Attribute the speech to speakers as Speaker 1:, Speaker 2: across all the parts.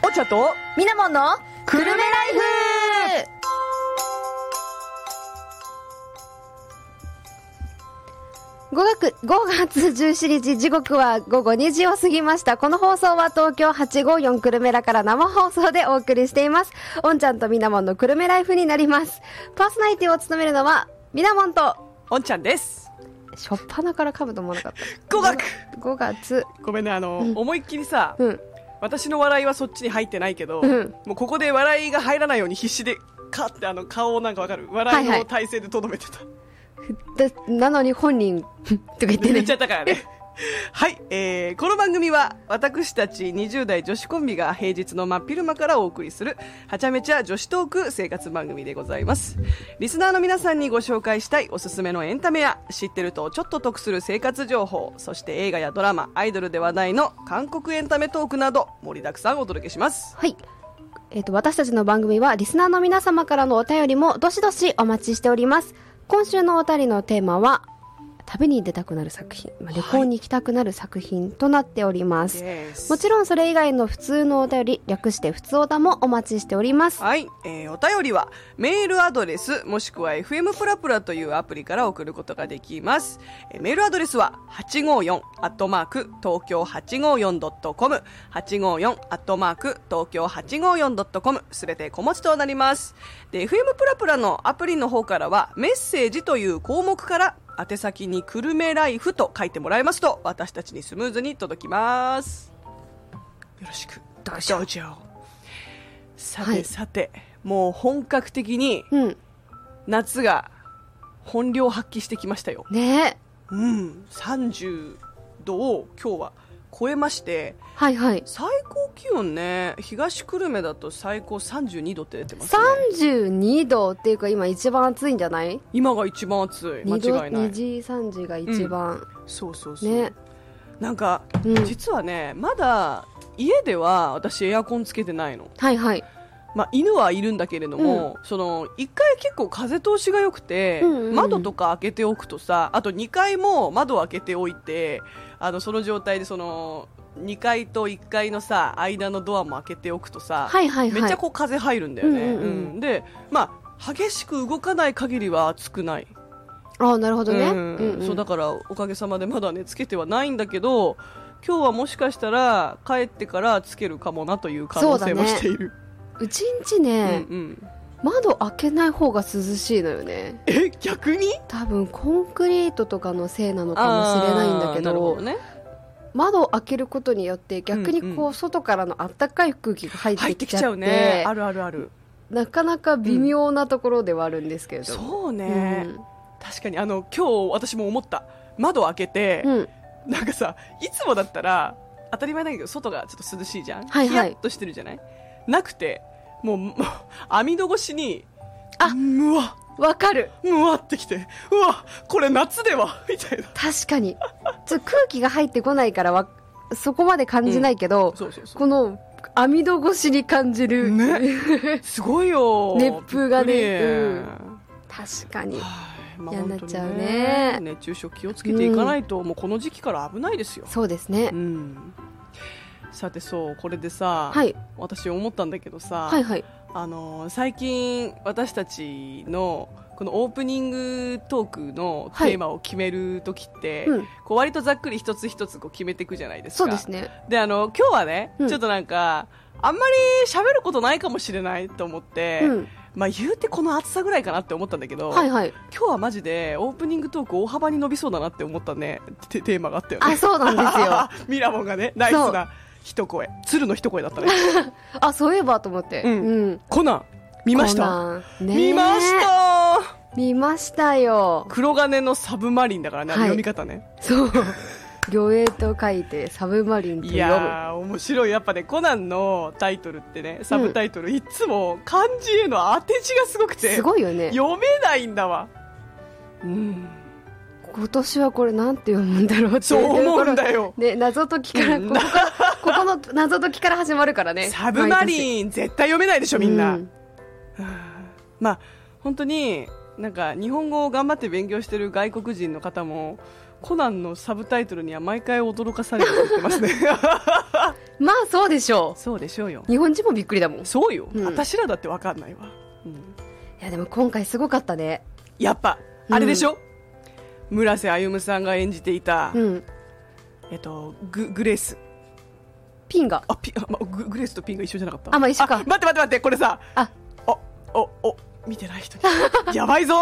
Speaker 1: ポチャと
Speaker 2: みなもんの
Speaker 1: く
Speaker 2: く
Speaker 1: る
Speaker 2: る
Speaker 1: め
Speaker 2: め
Speaker 1: ラ
Speaker 2: ライフ5月 ,5 月17日時刻は午後2時を過ぎましたこの放送は東京854くるめらから生放送でお送りしていますおんちゃんとみなもんのくるめライフになりますパーソナリティを務めるのはみなもんと
Speaker 1: おんちゃんです
Speaker 2: しょっぱなから噛むと思わなかった
Speaker 1: 語学
Speaker 2: 5月
Speaker 1: ごめんねあの、思いっきりさ、
Speaker 2: うん
Speaker 1: 私の笑いはそっちに入ってないけど、
Speaker 2: うん
Speaker 1: もうここで笑いが入らないように必死でカってあの顔をなんかわかる笑い
Speaker 2: はいは
Speaker 1: の
Speaker 2: い
Speaker 1: 体勢でとどめてた、
Speaker 2: でなのに本人とか言って
Speaker 1: 寝
Speaker 2: ね
Speaker 1: ちゃったからね はい、えー、この番組は私たち20代女子コンビが平日の真っ昼間からお送りするはちゃめちゃ女子トーク生活番組でございますリスナーの皆さんにご紹介したいおすすめのエンタメや知ってるとちょっと得する生活情報そして映画やドラマアイドルで話題の韓国エンタメトークなど盛りだくさんお届けします
Speaker 2: はい。えっ、と、私たちの番組は、リスナーの皆様からのお便りも、どしどしお待ちしております。今週のお便りのテーマは、旅に出たくなる作品、まあ旅行に行きたくなる作品となっております。もちろんそれ以外の普通のお便り、略して普通おたもお待ちしております。
Speaker 1: はい、えーお便りはメールアドレスもしくは FM プラプラというアプリから送ることができます、えーメールアドレスは854アットマーク東京 854.com 854アットマーク東京 854.com すべて小文字となりますで FM プラプラのアプリの方からはメッセージという項目から宛先にくるめライフと書いてもらいますと私たちにスムーズに届きますよろしくどうじょさ
Speaker 2: は
Speaker 1: て
Speaker 2: い
Speaker 1: さて、もう本格的に
Speaker 2: うん。
Speaker 1: 夏が本領発揮してきましたよ。
Speaker 2: ねえ。
Speaker 1: うん、30度を今日は超えまして、
Speaker 2: はいはい。
Speaker 1: 最高気温ね、東久留米だと最高32度って出てますね。
Speaker 2: 32度っていうか今一番暑いんじゃない
Speaker 1: 今が一番暑い、間
Speaker 2: 二度
Speaker 1: 違いな
Speaker 2: 2
Speaker 1: い。
Speaker 2: 時3時が一番、
Speaker 1: そうそうそう。
Speaker 2: ね
Speaker 1: なんか、
Speaker 2: うん
Speaker 1: 実はね、まだ家では私エアコンつけてないの。
Speaker 2: はいはい
Speaker 1: まあ、犬はいるんだけれども、その1回結構風通しが良くて、
Speaker 2: うんうんうん
Speaker 1: 窓とか開けておくとさあと2階も窓を開けておいてあのその状態でその2階と1階のさ間のドアも開けておくとさ、
Speaker 2: はいはいはい
Speaker 1: めっちゃこう風入るんだよね、
Speaker 2: うんうんうん
Speaker 1: うんでまあ激しく動かない限りは暑くない
Speaker 2: ああなるほどね、
Speaker 1: うんそうだからおかげさまでまだねつけてはないんだけど今日はもしかしたら帰ってからつけるかもなという可能性も
Speaker 2: そうだね
Speaker 1: している
Speaker 2: うちんちね、
Speaker 1: うんうん
Speaker 2: 窓開けない方が涼しいのよね
Speaker 1: え逆に
Speaker 2: 多分コンクリートとかのせいなのかもしれないんだけ
Speaker 1: あーなる
Speaker 2: ど
Speaker 1: ほどね
Speaker 2: 窓を開けることによって逆に
Speaker 1: うん
Speaker 2: こう外からの暖かい空気が入っ
Speaker 1: 入ってて
Speaker 2: き
Speaker 1: き
Speaker 2: ち
Speaker 1: ちゃ
Speaker 2: ゃっ
Speaker 1: う
Speaker 2: て
Speaker 1: ねあるあるある
Speaker 2: なかなか微妙なところではあるんですけれども、
Speaker 1: そうね、確かにあの今日私も思った窓を開けて
Speaker 2: う、ん、うん
Speaker 1: なんかさいつもだったら当たり前だけど外がちょっと涼しいじゃん、
Speaker 2: はいはい
Speaker 1: ヒヤッとしてるじゃないなくてもうもう網戸越しに
Speaker 2: あ
Speaker 1: うわ
Speaker 2: わかる
Speaker 1: うわってきてうわこれ夏ではみたいな
Speaker 2: 確かにちょっと空気が入ってこないからわそこまで感じないけど、
Speaker 1: そうそうそう
Speaker 2: この網戸越しに感じる、
Speaker 1: ねすごいよ
Speaker 2: 熱風がね
Speaker 1: びっくり
Speaker 2: うん 確かに
Speaker 1: はいまあ
Speaker 2: 嫌にな
Speaker 1: 本
Speaker 2: っ
Speaker 1: 当に
Speaker 2: ちゃうね
Speaker 1: 熱中症気をつけていかないと、もうこの時期から危ないですよ、
Speaker 2: そうですね、
Speaker 1: うん、さてそうこれでさ、
Speaker 2: はい
Speaker 1: 私思ったんだけどさ、
Speaker 2: はいはい
Speaker 1: あのー最近私たちのこのオープニングトークのテーマを決める時って、
Speaker 2: うん
Speaker 1: こう割とざっくり一つ一つこう決めていくじゃないですか
Speaker 2: そうですね
Speaker 1: であの今日はね、
Speaker 2: うん
Speaker 1: ちょっとなんかあんまり喋ることないかもしれないと思って、
Speaker 2: うん
Speaker 1: まあ言うてこの暑さぐらいかなって思ったんだけど、
Speaker 2: は いはい
Speaker 1: 今日はマジでオープニングトーク大幅に伸びそうだなって思ったねてテーマがあったよね
Speaker 2: あそうなんです よ
Speaker 1: ミラモンがねナイスな一声鶴の一声だったね
Speaker 2: あそういえばと思って、
Speaker 1: うんコナン見ました
Speaker 2: コナンねえ
Speaker 1: 見ました
Speaker 2: 見ましたよ
Speaker 1: 黒金のサブマリンだからね、あの
Speaker 2: はい
Speaker 1: 読み方ね
Speaker 2: そう魚影と書いてサブマリンと
Speaker 1: い
Speaker 2: 読む
Speaker 1: やー面白いやっぱねコナンのタイトルってねサブタイトル、いつも漢字への当て字がすごくて
Speaker 2: すごいよね
Speaker 1: 読めないんだわうん
Speaker 2: 今年はこれなんて読むんだろうって
Speaker 1: そう思うんだ よ
Speaker 2: ね謎解きから
Speaker 1: う
Speaker 2: こ
Speaker 1: ん
Speaker 2: こからここの謎解きから始まるからね
Speaker 1: サブマ
Speaker 2: ン
Speaker 1: リン絶対読めないでしょみんな、
Speaker 2: うん
Speaker 1: まあ本当になんか日本語を頑張って勉強してる外国人の方もコナンのサブタイトルには毎回驚かされて言ってますね
Speaker 2: まあ そうでしょ
Speaker 1: そうでしょうよ
Speaker 2: う日本人もびっくりだもんい
Speaker 1: そうよ、
Speaker 2: うん
Speaker 1: 私らだって分かんないわ、うん
Speaker 2: やでも今回すごかったね
Speaker 1: やっぱあれでしょ、村瀬歩さんが演じていた、
Speaker 2: うん
Speaker 1: えっと、ググレース
Speaker 2: ピンが
Speaker 1: あピあ、ま、ググレースとピンが一緒じゃなかった
Speaker 2: あまあ一緒か
Speaker 1: 待って待って待ってこれさ
Speaker 2: あ
Speaker 1: おおお見てない 人にやばいぞ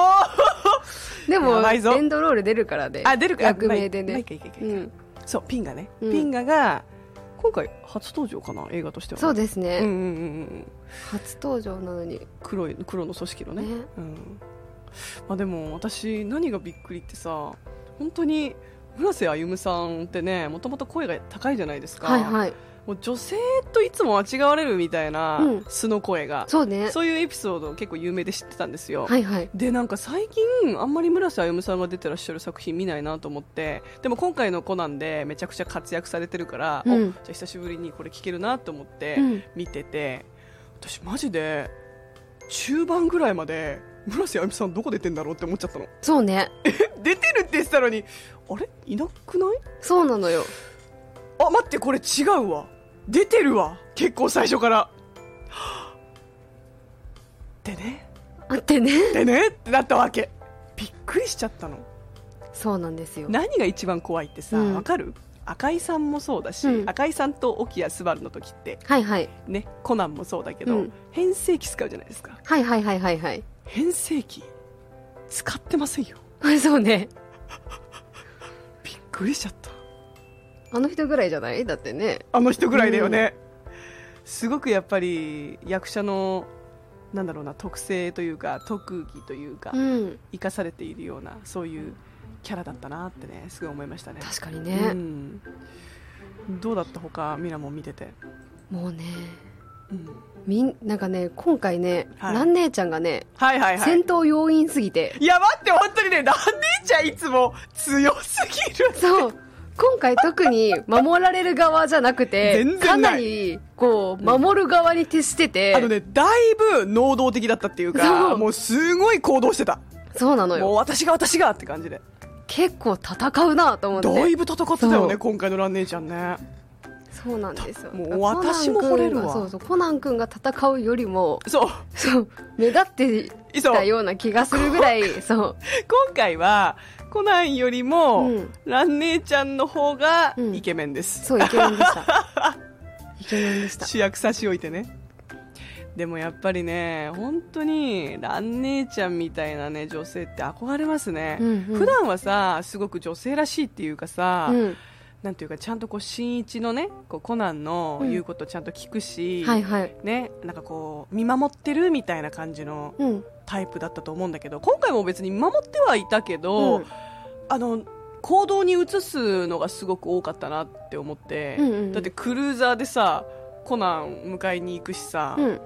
Speaker 2: で
Speaker 1: や
Speaker 2: も
Speaker 1: ばいぞ
Speaker 2: エンドロール出るからね
Speaker 1: あ出るか
Speaker 2: 役名で
Speaker 1: まあい
Speaker 2: ね
Speaker 1: いかいいかいいか
Speaker 2: うん
Speaker 1: そうピンガね、
Speaker 2: うん
Speaker 1: ピンガが今回初登場かな映画としてはね、
Speaker 2: そうですね、
Speaker 1: うんうんうんうん
Speaker 2: 初登場なのに
Speaker 1: 黒い黒の組織のね
Speaker 2: ね
Speaker 1: うんまあ、でも私何がびっくりってさ本当に村瀬歩さんってねもともと声が高いじゃないですか、
Speaker 2: はいはい
Speaker 1: もう女性といつも間違われるみたいな
Speaker 2: うん
Speaker 1: 素の声が、
Speaker 2: そうね
Speaker 1: そういうエピソード結構有名で知ってたんですよ、
Speaker 2: はいはい
Speaker 1: でなんか最近あんまり村瀬歩さんが出てらっしゃる作品見ないなと思ってでも今回のコナンでめちゃくちゃ活躍されてるから、
Speaker 2: うん
Speaker 1: おじゃあ久しぶりにこれ聞けるなと思って
Speaker 2: うん
Speaker 1: 見てて、私マジで中盤ぐらいまで村瀬歩さんどこ出てんだろうって思っちゃったの
Speaker 2: そうね
Speaker 1: 出てるって言ってたのにあれいなくない
Speaker 2: そうなのよ
Speaker 1: あ待ってこれ違うわ出てるわ結構最初からは ぁってね
Speaker 2: あってね
Speaker 1: でねってなったわけびっくりしちゃったの
Speaker 2: そうなんですよ
Speaker 1: 何が一番怖いってさ、わ
Speaker 2: うん
Speaker 1: かる赤井さんもそうだし、
Speaker 2: うん
Speaker 1: 赤井さんと沖谷昴の時って
Speaker 2: はいはい
Speaker 1: ねコナンもそうだけど、
Speaker 2: うん
Speaker 1: 変声機使うじゃないですか
Speaker 2: はいはいはいはいはい
Speaker 1: 変声機使ってませんよ
Speaker 2: はいそうね
Speaker 1: びっくりしちゃった
Speaker 2: あの人ぐらいじゃないだってね
Speaker 1: あの人ぐらいだよね、すごくやっぱり役者のなんだろうな特性というか特技というか、
Speaker 2: うん
Speaker 1: 生かされているようなそういうキャラだったなってねすごい思いましたね
Speaker 2: 確かに
Speaker 1: う
Speaker 2: ね、
Speaker 1: ん、どうだったほかミラも見てて、
Speaker 2: もうね
Speaker 1: うん、
Speaker 2: みんなんかね今回ね、
Speaker 1: はい
Speaker 2: 蘭姉ちゃんがね、
Speaker 1: はいはいはい
Speaker 2: 戦闘要員すぎて
Speaker 1: いや待って本当にねランディちゃんいつも強すぎる
Speaker 2: そう今回特に守られる側じゃなくて
Speaker 1: 全然ない
Speaker 2: かなりこう守る側に徹してて、
Speaker 1: あのねだいぶ能動的だったっていう
Speaker 2: そ
Speaker 1: か
Speaker 2: う
Speaker 1: もうすごい行動してた
Speaker 2: そうな
Speaker 1: も
Speaker 2: の
Speaker 1: う
Speaker 2: よ
Speaker 1: 私が私がって感じで
Speaker 2: 結構戦うなと思って
Speaker 1: だいぶ戦ってたよ
Speaker 2: そ
Speaker 1: ね
Speaker 2: う
Speaker 1: 今回のラン姉ちゃんね
Speaker 2: そうなんですよ
Speaker 1: もう
Speaker 2: だからコナン
Speaker 1: 私も惚れるわ
Speaker 2: 君がそうそうコナン君が戦うよりも
Speaker 1: そう
Speaker 2: そう目立ってき
Speaker 1: そう
Speaker 2: たような気がするぐらいそう
Speaker 1: 今回はコナンよりも、
Speaker 2: うん
Speaker 1: ラン姉ちゃんの方が
Speaker 2: うん
Speaker 1: イケメンです、
Speaker 2: そうイケメンでした イケメンでした
Speaker 1: 主役差し置いてねでもやっぱりね本当にラン姉ちゃんみたいなね女性って憧れますね、
Speaker 2: うんうん
Speaker 1: 普段はさすごく女性らしいっていうかさ、
Speaker 2: うん
Speaker 1: なんていうかちゃんとこう新一のねこうコナンの言うことちゃんと聞くし、
Speaker 2: はいはい
Speaker 1: ね、なんかこう見守ってるみたいな感じの
Speaker 2: うん
Speaker 1: タイプだったと思うんだけど今回も別に見守ってはいたけど、
Speaker 2: うん
Speaker 1: あの行動に移すのがすごく多かったなって思って、
Speaker 2: うんうんうん
Speaker 1: だってクルーザーでさコナン迎えに行くしさ、
Speaker 2: うん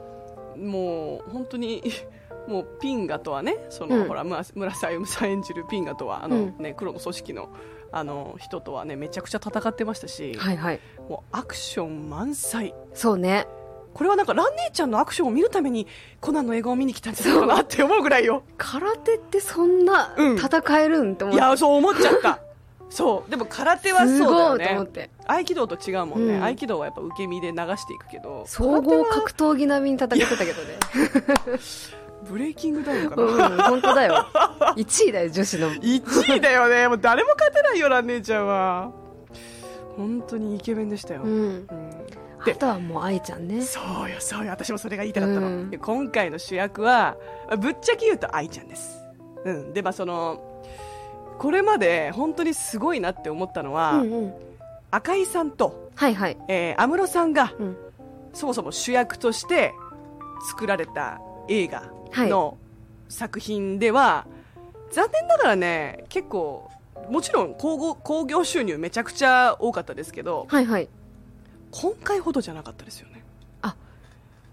Speaker 1: もう本当に もうピンガとはねその、
Speaker 2: うん
Speaker 1: ほら村村瀬歩さん演じるピンガとはあの、
Speaker 2: うん
Speaker 1: ね、黒の組織のあの人とはねめちゃくちゃ戦ってましたし、
Speaker 2: はいはい
Speaker 1: もうアクション満載
Speaker 2: そうね
Speaker 1: これはなんかラン姉ちゃんのアクションを見るためにコナンの映画を見に来たんじゃないかなって思うぐらいよ
Speaker 2: 空手ってそんな
Speaker 1: うん
Speaker 2: 戦えるんって思
Speaker 1: い
Speaker 2: って、
Speaker 1: やそう思っちゃった そうでも空手は
Speaker 2: す
Speaker 1: そ
Speaker 2: ご
Speaker 1: う
Speaker 2: いと
Speaker 1: だ
Speaker 2: 思
Speaker 1: よ
Speaker 2: っ
Speaker 1: ね
Speaker 2: て
Speaker 1: 合気道と違うもんね、
Speaker 2: うん
Speaker 1: 合気道はやっぱ受け身で流していくけど
Speaker 2: 総
Speaker 1: 空
Speaker 2: 合格闘技並みに戦ってたけどね
Speaker 1: 手はブレイキングダウンか
Speaker 2: うん
Speaker 1: な、
Speaker 2: 本当 だよ1位だよ女子の
Speaker 1: 1位だよねもう誰も勝てないよラン姉ちゃんは本当にイケメンでしたよ、
Speaker 2: うん
Speaker 1: うん
Speaker 2: あ
Speaker 1: で
Speaker 2: とはもう愛ちゃんね
Speaker 1: そうよそうよ私もそれが言いたかったの、
Speaker 2: うん
Speaker 1: で今回の主役はぶっちゃけ言うと愛ちゃんです、うん、でまあそのこれまで本当にすごいなって思ったのは、
Speaker 2: うんうん
Speaker 1: 赤井さんと
Speaker 2: はいはい
Speaker 1: えー安室さんが
Speaker 2: うん
Speaker 1: そもそも主役として作られた映画の作品では、残念ながらね結構もちろん興行興行収入めちゃくちゃ多かったですけど
Speaker 2: はいはい
Speaker 1: 今回ほどじゃなかったですよね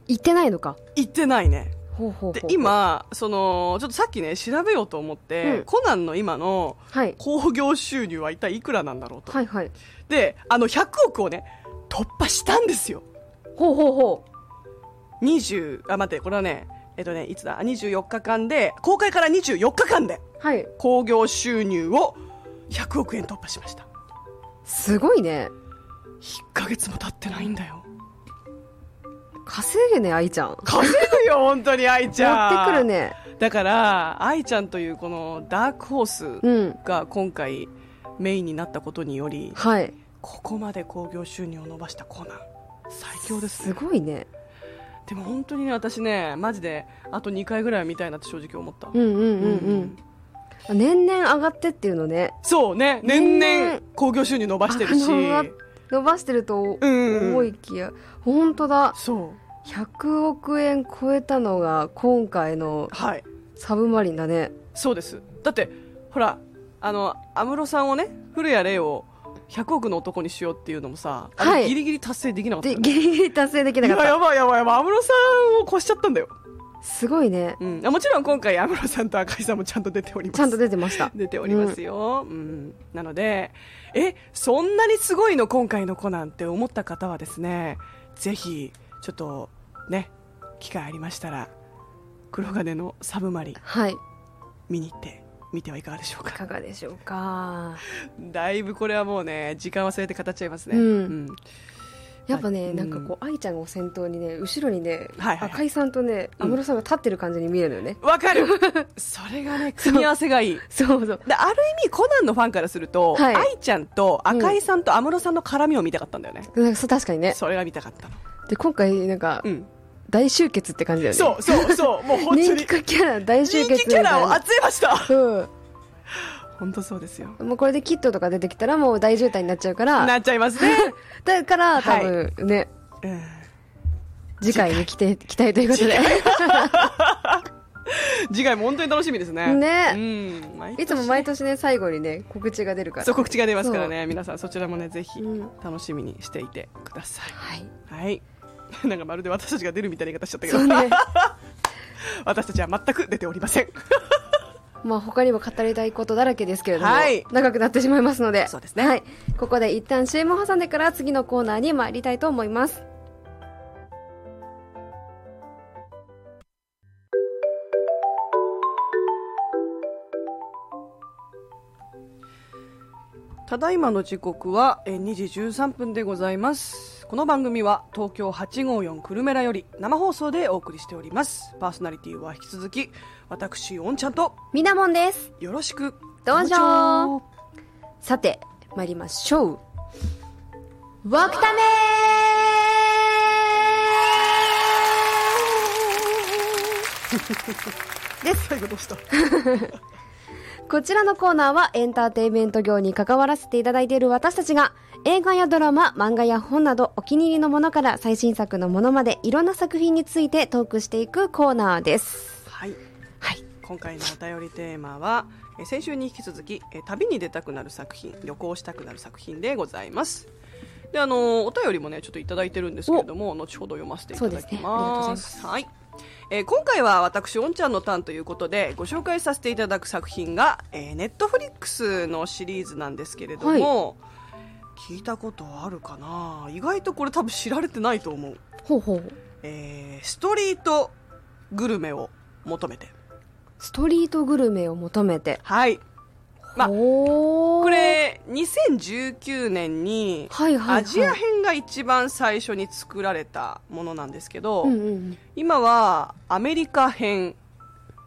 Speaker 2: 行ってないのか
Speaker 1: 行ってないね
Speaker 2: ほうほうほう
Speaker 1: で今そのちょっとさっきね調べようと思って、
Speaker 2: うん
Speaker 1: コナンの今の
Speaker 2: はい
Speaker 1: 興行収入は一体いくらなんだろうと、
Speaker 2: はいはい
Speaker 1: であの100億をね突破したんですよ
Speaker 2: ほうほうほう
Speaker 1: 20あ待ってこれはねえっとねいつだ24日間で公開から24日間で
Speaker 2: はい
Speaker 1: 興行収入を100億円突破しました
Speaker 2: すごいね
Speaker 1: 1ヶ月も経ってないんだよ
Speaker 2: 稼ぐね愛ちゃん
Speaker 1: 稼ぐよ本当に愛ちゃん
Speaker 2: 持ってくるね
Speaker 1: だから愛ちゃんというこのダークホース
Speaker 2: うん
Speaker 1: が今回メインになったことにより
Speaker 2: はい
Speaker 1: ここまで興行収入を伸ばしたコナン最強です
Speaker 2: す
Speaker 1: ね
Speaker 2: ごいね
Speaker 1: でも本当にね私ねマジであと2回ぐらいは見たいなって正直思った、
Speaker 2: うんうんうんうん年々上がってっていうのね
Speaker 1: そうね年
Speaker 2: 年
Speaker 1: 々
Speaker 2: 々
Speaker 1: 興行収入伸ばしてるし
Speaker 2: あ伸ば伸ばしてると
Speaker 1: うん
Speaker 2: 思いきや、本当だ
Speaker 1: そう
Speaker 2: 100億円超えたのが今回の
Speaker 1: はい
Speaker 2: サブマリンだね
Speaker 1: そうですだってほらあの安室さんをね古谷玲を100億の男にしようっていうのもさ、あれ
Speaker 2: はい
Speaker 1: ギリギリ達成できなかった
Speaker 2: で
Speaker 1: よね
Speaker 2: ギリギリ達成できないかっ
Speaker 1: や
Speaker 2: た
Speaker 1: やばいやばいやばい安室さんを越しちゃったんだよ、
Speaker 2: すごいね
Speaker 1: うん、あもちろん今回安室さんと赤井さんもちゃんと出ております
Speaker 2: ちゃんと出てました
Speaker 1: 出ておりますよ、うんなのでえそんなにすごいの今回の子なんて思った方はですねぜひちょっとね機会ありましたら黒金のサブマリン
Speaker 2: はい
Speaker 1: 見に行って見てはいかがでしょう
Speaker 2: い
Speaker 1: か
Speaker 2: かがでしょうか
Speaker 1: だいぶこれはもうね時間忘れて語っちゃいますね、
Speaker 2: うん
Speaker 1: ん
Speaker 2: やっぱね、
Speaker 1: はい
Speaker 2: なんかこう愛ちゃんを先頭にね後ろにね、
Speaker 1: はいはい
Speaker 2: 赤井さんとね
Speaker 1: うん
Speaker 2: 安室さんが立ってる感じに見えるよね、
Speaker 1: わかる それがね組み合わせがいい
Speaker 2: そうそう
Speaker 1: である意味コナンのファンからすると、
Speaker 2: はい
Speaker 1: 愛ちゃんと赤井さんと安室さんの絡みを見たかったんだよね、
Speaker 2: なんかそう確かにね
Speaker 1: それが見たかったの、
Speaker 2: で今回なんか
Speaker 1: うん、
Speaker 2: 大集結って感じだよね、
Speaker 1: そうそうそうもう本当に
Speaker 2: 人気キャラ大集
Speaker 1: 人
Speaker 2: 結
Speaker 1: 気キャラを集めました
Speaker 2: うん
Speaker 1: 本当そうですよ
Speaker 2: もうこれでキットとか出てきたらもう大渋滞になっちゃうから
Speaker 1: なっちゃいます ね、
Speaker 2: だか
Speaker 1: は
Speaker 2: ら多
Speaker 1: い
Speaker 2: 分ね、
Speaker 1: うん
Speaker 2: 次回に来て期待ということで
Speaker 1: 次回も本当に楽しみですね
Speaker 2: ね
Speaker 1: うん毎年
Speaker 2: いつも毎年ね最後にね告知が出るから
Speaker 1: そう告知が出ますからね皆さんそちらもねぜひ
Speaker 2: うん
Speaker 1: 楽しみにしていてください、
Speaker 2: はい
Speaker 1: はい。 なんかまるで私たちが出るみたいな言い方しちゃったけ
Speaker 2: そ
Speaker 1: ど、
Speaker 2: うね
Speaker 1: 私たちは全く出ておりません。
Speaker 2: まあ他にも語りたいことだらけですけれども、
Speaker 1: はい
Speaker 2: 長くなってしまいますので
Speaker 1: そうですね
Speaker 2: はい、ここで一旦 CM を挟んでから次のコーナーに参りたいと思います
Speaker 1: ただいまの時刻はえー2時13分でございます。この番組は東京854久留米らより生放送でお送りしております。パーソナリティは引き続き私おんちゃんと
Speaker 2: みなもんです
Speaker 1: よろしく
Speaker 2: どうぞ
Speaker 1: どうぞ
Speaker 2: さて参りましょうワクタメです
Speaker 1: 最後どうした
Speaker 2: こちらのコーナーはエンターテインメント業に関わらせていただいている私たちが映画やドラマ、漫画や本などお気に入りのものから最新作のものまでいろんな作品についてトークしていくコーナーです。
Speaker 1: はい。
Speaker 2: はい。
Speaker 1: 今回のお便りテーマはえー先週に引き続きえー旅に出たくなる作品旅行したくなる作品でございますであのーお便りもねちょっといただいてるんですけれども後ほど読ませていただき
Speaker 2: そう
Speaker 1: ま
Speaker 2: です
Speaker 1: すはいえー今回は私、おんちゃんのターンということでご紹介させていただく作品が、えー、ネットフリックスのシリーズなんですけれども、聞いたことあるかな意外とこれ多分知られてないと思う、
Speaker 2: ほうほう。
Speaker 1: えーストリートグルメを求めて
Speaker 2: ストリートグルメを求めて。
Speaker 1: はいまあ
Speaker 2: ほう
Speaker 1: こ。れ2019年に
Speaker 2: はいはい、はい。
Speaker 1: アジア編が一番最初に作られたものなんですけど、
Speaker 2: うんうん。
Speaker 1: 今はアメリカ編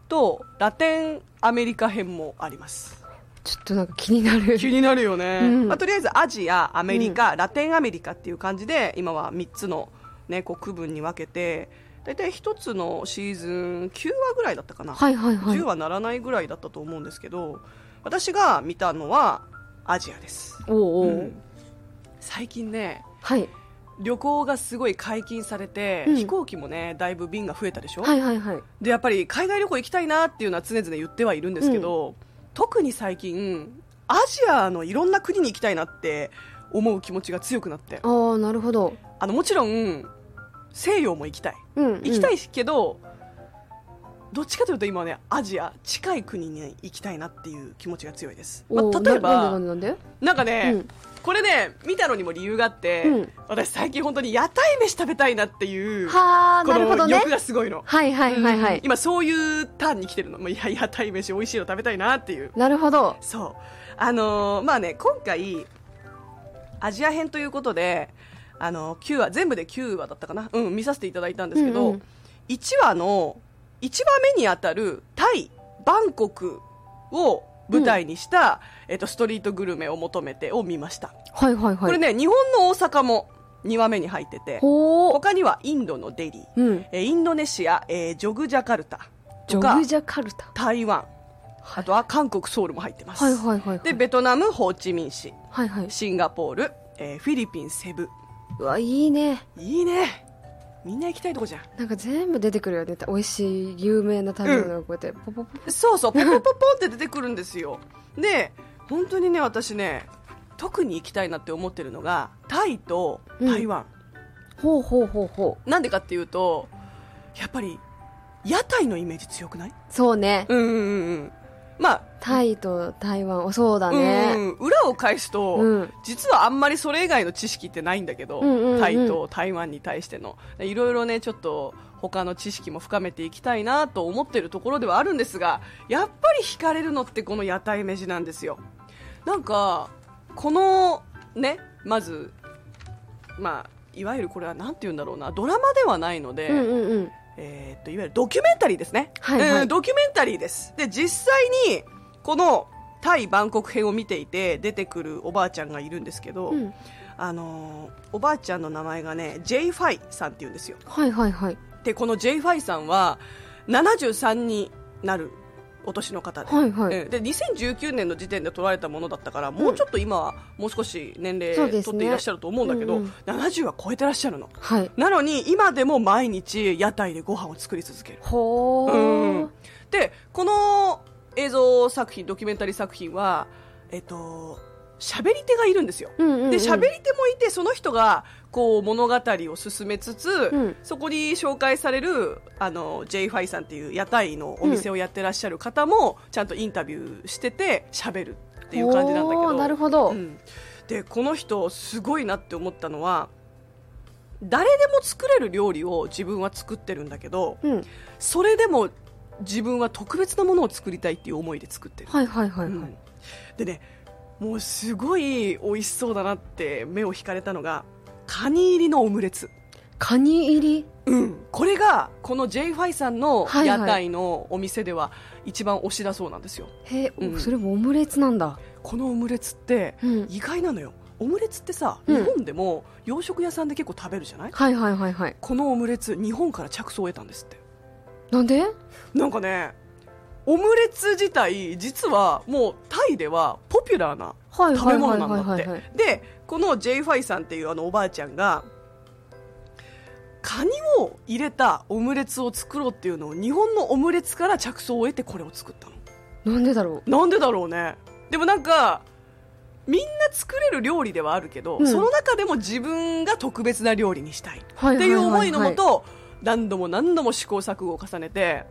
Speaker 1: とラテンアメリカ編もあります
Speaker 2: ちょっとなんか気になる。
Speaker 1: 気になるよね、
Speaker 2: うん
Speaker 1: まあ、とりあえずアジアアメリカ、ラテンアメリカっていう感じで今は3つの、ね、こう区分に分けて大体1つのシーズン9話ぐらいだったかな、
Speaker 2: はいはいはい
Speaker 1: 10。はならないぐらいだったと思うんですけど私が見たのはアジアです
Speaker 2: おうおう、
Speaker 1: うん最近ね
Speaker 2: はい。
Speaker 1: 旅行がすごい解禁されて、
Speaker 2: うん
Speaker 1: 飛行機もねだいぶ便が増えたでしょ、
Speaker 2: はいはいはい。
Speaker 1: でやっぱり海外旅行行きたいなっていうのは常々言ってはいるんですけど、特に最近アジアのいろんな国に行きたいなって思う気持ちが強くなって
Speaker 2: ああ、なるほど。
Speaker 1: あのもちろん西洋も行きたい
Speaker 2: うん、うん。
Speaker 1: 行きた
Speaker 2: い。
Speaker 1: いけど、どっちかというと今はねアジア近い国に行きたいなっていう気持ちが強いです、まあ、例え
Speaker 2: な
Speaker 1: ば
Speaker 2: んでなんでなんで
Speaker 1: なんかね、
Speaker 2: うん
Speaker 1: これね見たのにも理由があって、
Speaker 2: うん
Speaker 1: 私最近本当に屋台飯食べたいなっていう
Speaker 2: はあ、
Speaker 1: こ
Speaker 2: なるほど
Speaker 1: の
Speaker 2: ね。
Speaker 1: 欲がすごいの、
Speaker 2: はいはいはいはい。
Speaker 1: 今そういうターンに来てるのもういや屋台飯美味しいの食べたいなっていう
Speaker 2: なるほど。
Speaker 1: そうあのーまあね今回アジア編ということであの9話全部で9話だったかな、うん、見させていただいたんですけど、
Speaker 2: うんうん
Speaker 1: 1話の1話目にあたるタイバンコクを舞台にした、えっと、ストリートグルメを求めてを見ました、
Speaker 2: はいはいはい。
Speaker 1: これね日本の大阪も2話目に入ってて
Speaker 2: ほー。
Speaker 1: 他にはインドのデリー、
Speaker 2: うん。
Speaker 1: えーインドネシア、えージョグジャカルタ
Speaker 2: ジ
Speaker 1: と
Speaker 2: ョ
Speaker 1: か
Speaker 2: グジャカルタ。
Speaker 1: 台湾あとは韓国ソウルも入ってます、
Speaker 2: はいはいはいはい。
Speaker 1: でベトナムホーチミン市
Speaker 2: はいはい。
Speaker 1: シンガポール、えーフィリピンセブ
Speaker 2: うわ、いいね。
Speaker 1: いいねみんな行きたいとこじゃん
Speaker 2: なんか全部出てくるよね。美味しい、有名な食べ物がこうやって、ポポポポ。
Speaker 1: そうそうポポポポって出てくるんですよで本当にね私ね特に行きたいなって思ってるのがタイと台湾、
Speaker 2: ほうほうほうほう。
Speaker 1: なんでかっていうとやっぱり屋台のイメージ強くない
Speaker 2: そうね。
Speaker 1: うんうんうんうんまあ
Speaker 2: タイと台湾、おそうだ
Speaker 1: うん
Speaker 2: ね。
Speaker 1: うん裏を返すと、
Speaker 2: うん
Speaker 1: 実はあんまりそれ以外の知識ってないんだけど、
Speaker 2: うんうんうん
Speaker 1: タイと台湾に対してのでいろいろねちょっと他の知識も深めていきたいなと思ってるところではあるんですがやっぱり惹かれるのってこの屋台飯なんですよなんかこのねまずまあいわゆるこれはなんて言うんだろうなドラマではないので、
Speaker 2: うんうんうん。
Speaker 1: えーっといわゆるドキュメンタリーですね、
Speaker 2: はいはい
Speaker 1: うんドキュメンタリーですで実際にこのタイ・バンコク編を見ていて出てくるおばあちゃんがいるんですけど、
Speaker 2: うん。
Speaker 1: あのーおばあちゃんの名前がね J ・ファイさんっていうんですよ
Speaker 2: はいはいはい。
Speaker 1: でこの J ・ファイさんは73になるお年の方で,、
Speaker 2: はいはい
Speaker 1: うんで2019年の時点で撮られたものだったからもうちょっと今はもう少し年齢
Speaker 2: そう
Speaker 1: 取
Speaker 2: で
Speaker 1: っ
Speaker 2: すね
Speaker 1: ていらっしゃると思うんだけど、
Speaker 2: うんうん
Speaker 1: 70は超えてらっしゃるの
Speaker 2: はい。
Speaker 1: なのに今でも毎日屋台でご飯を作り続ける
Speaker 2: ほ
Speaker 1: う
Speaker 2: ー
Speaker 1: ん。でこの映像作品ドキュメンタリー作品はえっと喋り手がいるんですよ、
Speaker 2: うんうんうん。
Speaker 1: で喋り手もいてその人がこう物語を進めつつ、
Speaker 2: ん
Speaker 1: そこに紹介されるあの J ファイさんっていう屋台のお店をやってらっしゃる方もちゃんとインタビューしてて喋るっていう感じなんだけ
Speaker 2: ほ
Speaker 1: ど
Speaker 2: ーなるほど。
Speaker 1: うん、でこの人すごいなって思ったのは誰でも作れる料理を自分は作ってるんだけど、
Speaker 2: うん。
Speaker 1: それでも自分は特別なものを作りたいっていう思いで作ってる、
Speaker 2: はいはいはいは
Speaker 1: う
Speaker 2: い。
Speaker 1: んでねもうすごい美味しそうだなって目を引かれたのがカニ入りのオムレツ、
Speaker 2: カニ入り
Speaker 1: うん、これがこの j ファイさんの
Speaker 2: はいは
Speaker 1: 屋
Speaker 2: い
Speaker 1: 台のお店では一番推しだそうなんですよ、
Speaker 2: へえ、お
Speaker 1: うん
Speaker 2: それもオムレツなんだ。
Speaker 1: このオムレツって
Speaker 2: うん。
Speaker 1: 意外なのよオムレツってさ
Speaker 2: う
Speaker 1: 日
Speaker 2: ん
Speaker 1: 本でも洋食屋さんで結構食べるじゃない、
Speaker 2: はいはいはいはい。
Speaker 1: このオムレツ日本から着想を得たんですって
Speaker 2: なんで
Speaker 1: なんかねオムレツ自体実はもうタイではポピュラーな
Speaker 2: はい
Speaker 1: 食
Speaker 2: は
Speaker 1: べ
Speaker 2: いは
Speaker 1: 物
Speaker 2: い
Speaker 1: な
Speaker 2: はい
Speaker 1: んだっ
Speaker 2: はい
Speaker 1: て
Speaker 2: はい。
Speaker 1: でこの j ファイさんっていうあのおばあちゃんがカニを入れたオムレツを作ろうっていうのを日本のオムレツから着想を得てこれを作ったの
Speaker 2: なんでだろ
Speaker 1: なんでだろうねでもなんかみんな作れる料理ではあるけど、
Speaker 2: うん
Speaker 1: その中でも自分が特別な料理にしたい
Speaker 2: は
Speaker 1: っ
Speaker 2: い
Speaker 1: て
Speaker 2: はいいは
Speaker 1: う
Speaker 2: い
Speaker 1: 思
Speaker 2: はい
Speaker 1: いのもと何度も何度も試行錯誤を重ねて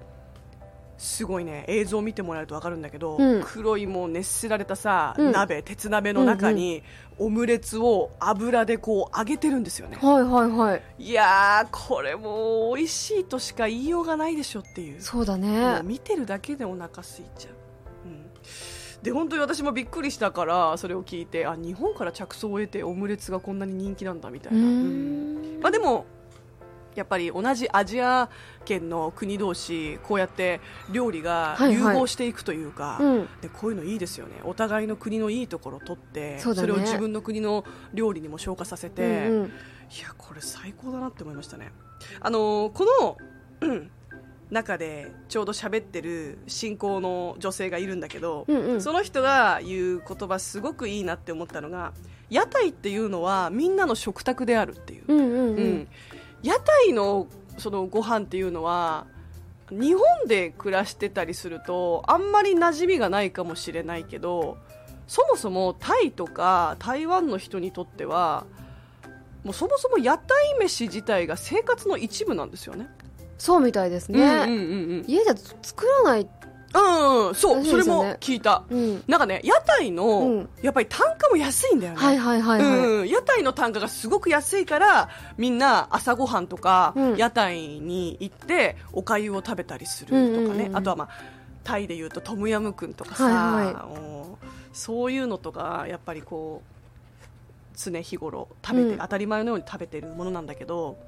Speaker 1: すごいね映像を見てもらえると分かるんだけど、
Speaker 2: うん
Speaker 1: 黒いもう熱せられたさ、
Speaker 2: うん
Speaker 1: 鍋鉄鍋の中にオムレツを油でこう揚げてるんですよね
Speaker 2: う。、はいはいはい。
Speaker 1: いやーこれもう美味しいとしか言いようがないでしょっていう
Speaker 2: そうだ
Speaker 1: もう
Speaker 2: ね。
Speaker 1: 見てるだけでお腹空いちゃう、うん、で本当に私もびっくりしたからそれを聞いてあ日本から着想を得てオムレツがこんなに人気なんだみたいう
Speaker 2: ー
Speaker 1: な、うん
Speaker 2: ん。
Speaker 1: まあ、でもやっぱり同じアジア圏の国同士こうやって料理が
Speaker 2: はいはい
Speaker 1: 融合していくというか、
Speaker 2: うん。
Speaker 1: でこういうのいいですよねお互いの国のいいところを取って
Speaker 2: そうだね
Speaker 1: れを自分の国の料理にも昇華させて、
Speaker 2: うんうん
Speaker 1: いやこれ最高だなって思いましたねあのーこの、うん中でちょうど喋ってる信仰の女性がいるんだけど、
Speaker 2: うんうん
Speaker 1: その人が言う言葉すごくいいなって思ったのが屋台っていうのはみんなの食卓であるっていう、
Speaker 2: うんうん
Speaker 1: う
Speaker 2: うんん。、
Speaker 1: 屋台のそのご飯っていうのは日本で暮らしてたりするとあんまり馴染みがないかもしれないけどそもそもタイとか台湾の人にとってはもうそもそも屋台飯自体が生活の一部なんですよね。
Speaker 2: そうみたいです
Speaker 1: うんう
Speaker 2: ね。
Speaker 1: んうん
Speaker 2: 家じゃ作らない。
Speaker 1: うん、うんうん、そう
Speaker 2: 大変
Speaker 1: そ
Speaker 2: で
Speaker 1: れ
Speaker 2: すよね
Speaker 1: も聞いた。
Speaker 2: うん。
Speaker 1: なんかね屋台の、
Speaker 2: うん
Speaker 1: やっぱり単価も安いんだよね。
Speaker 2: はいはいはいは
Speaker 1: うん、屋台の単価がすごく安いからみんな朝ごはんとか
Speaker 2: うん
Speaker 1: 屋台に行っておかゆを食べたりするとかね、
Speaker 2: うんうんうんうん
Speaker 1: あとは、まあ、タイでいうとトムヤムクンとかさ、
Speaker 2: はいはい
Speaker 1: もうそういうのとかやっぱりこう常日頃食べて、
Speaker 2: うん
Speaker 1: 当たり前のように食べてるものなんだけど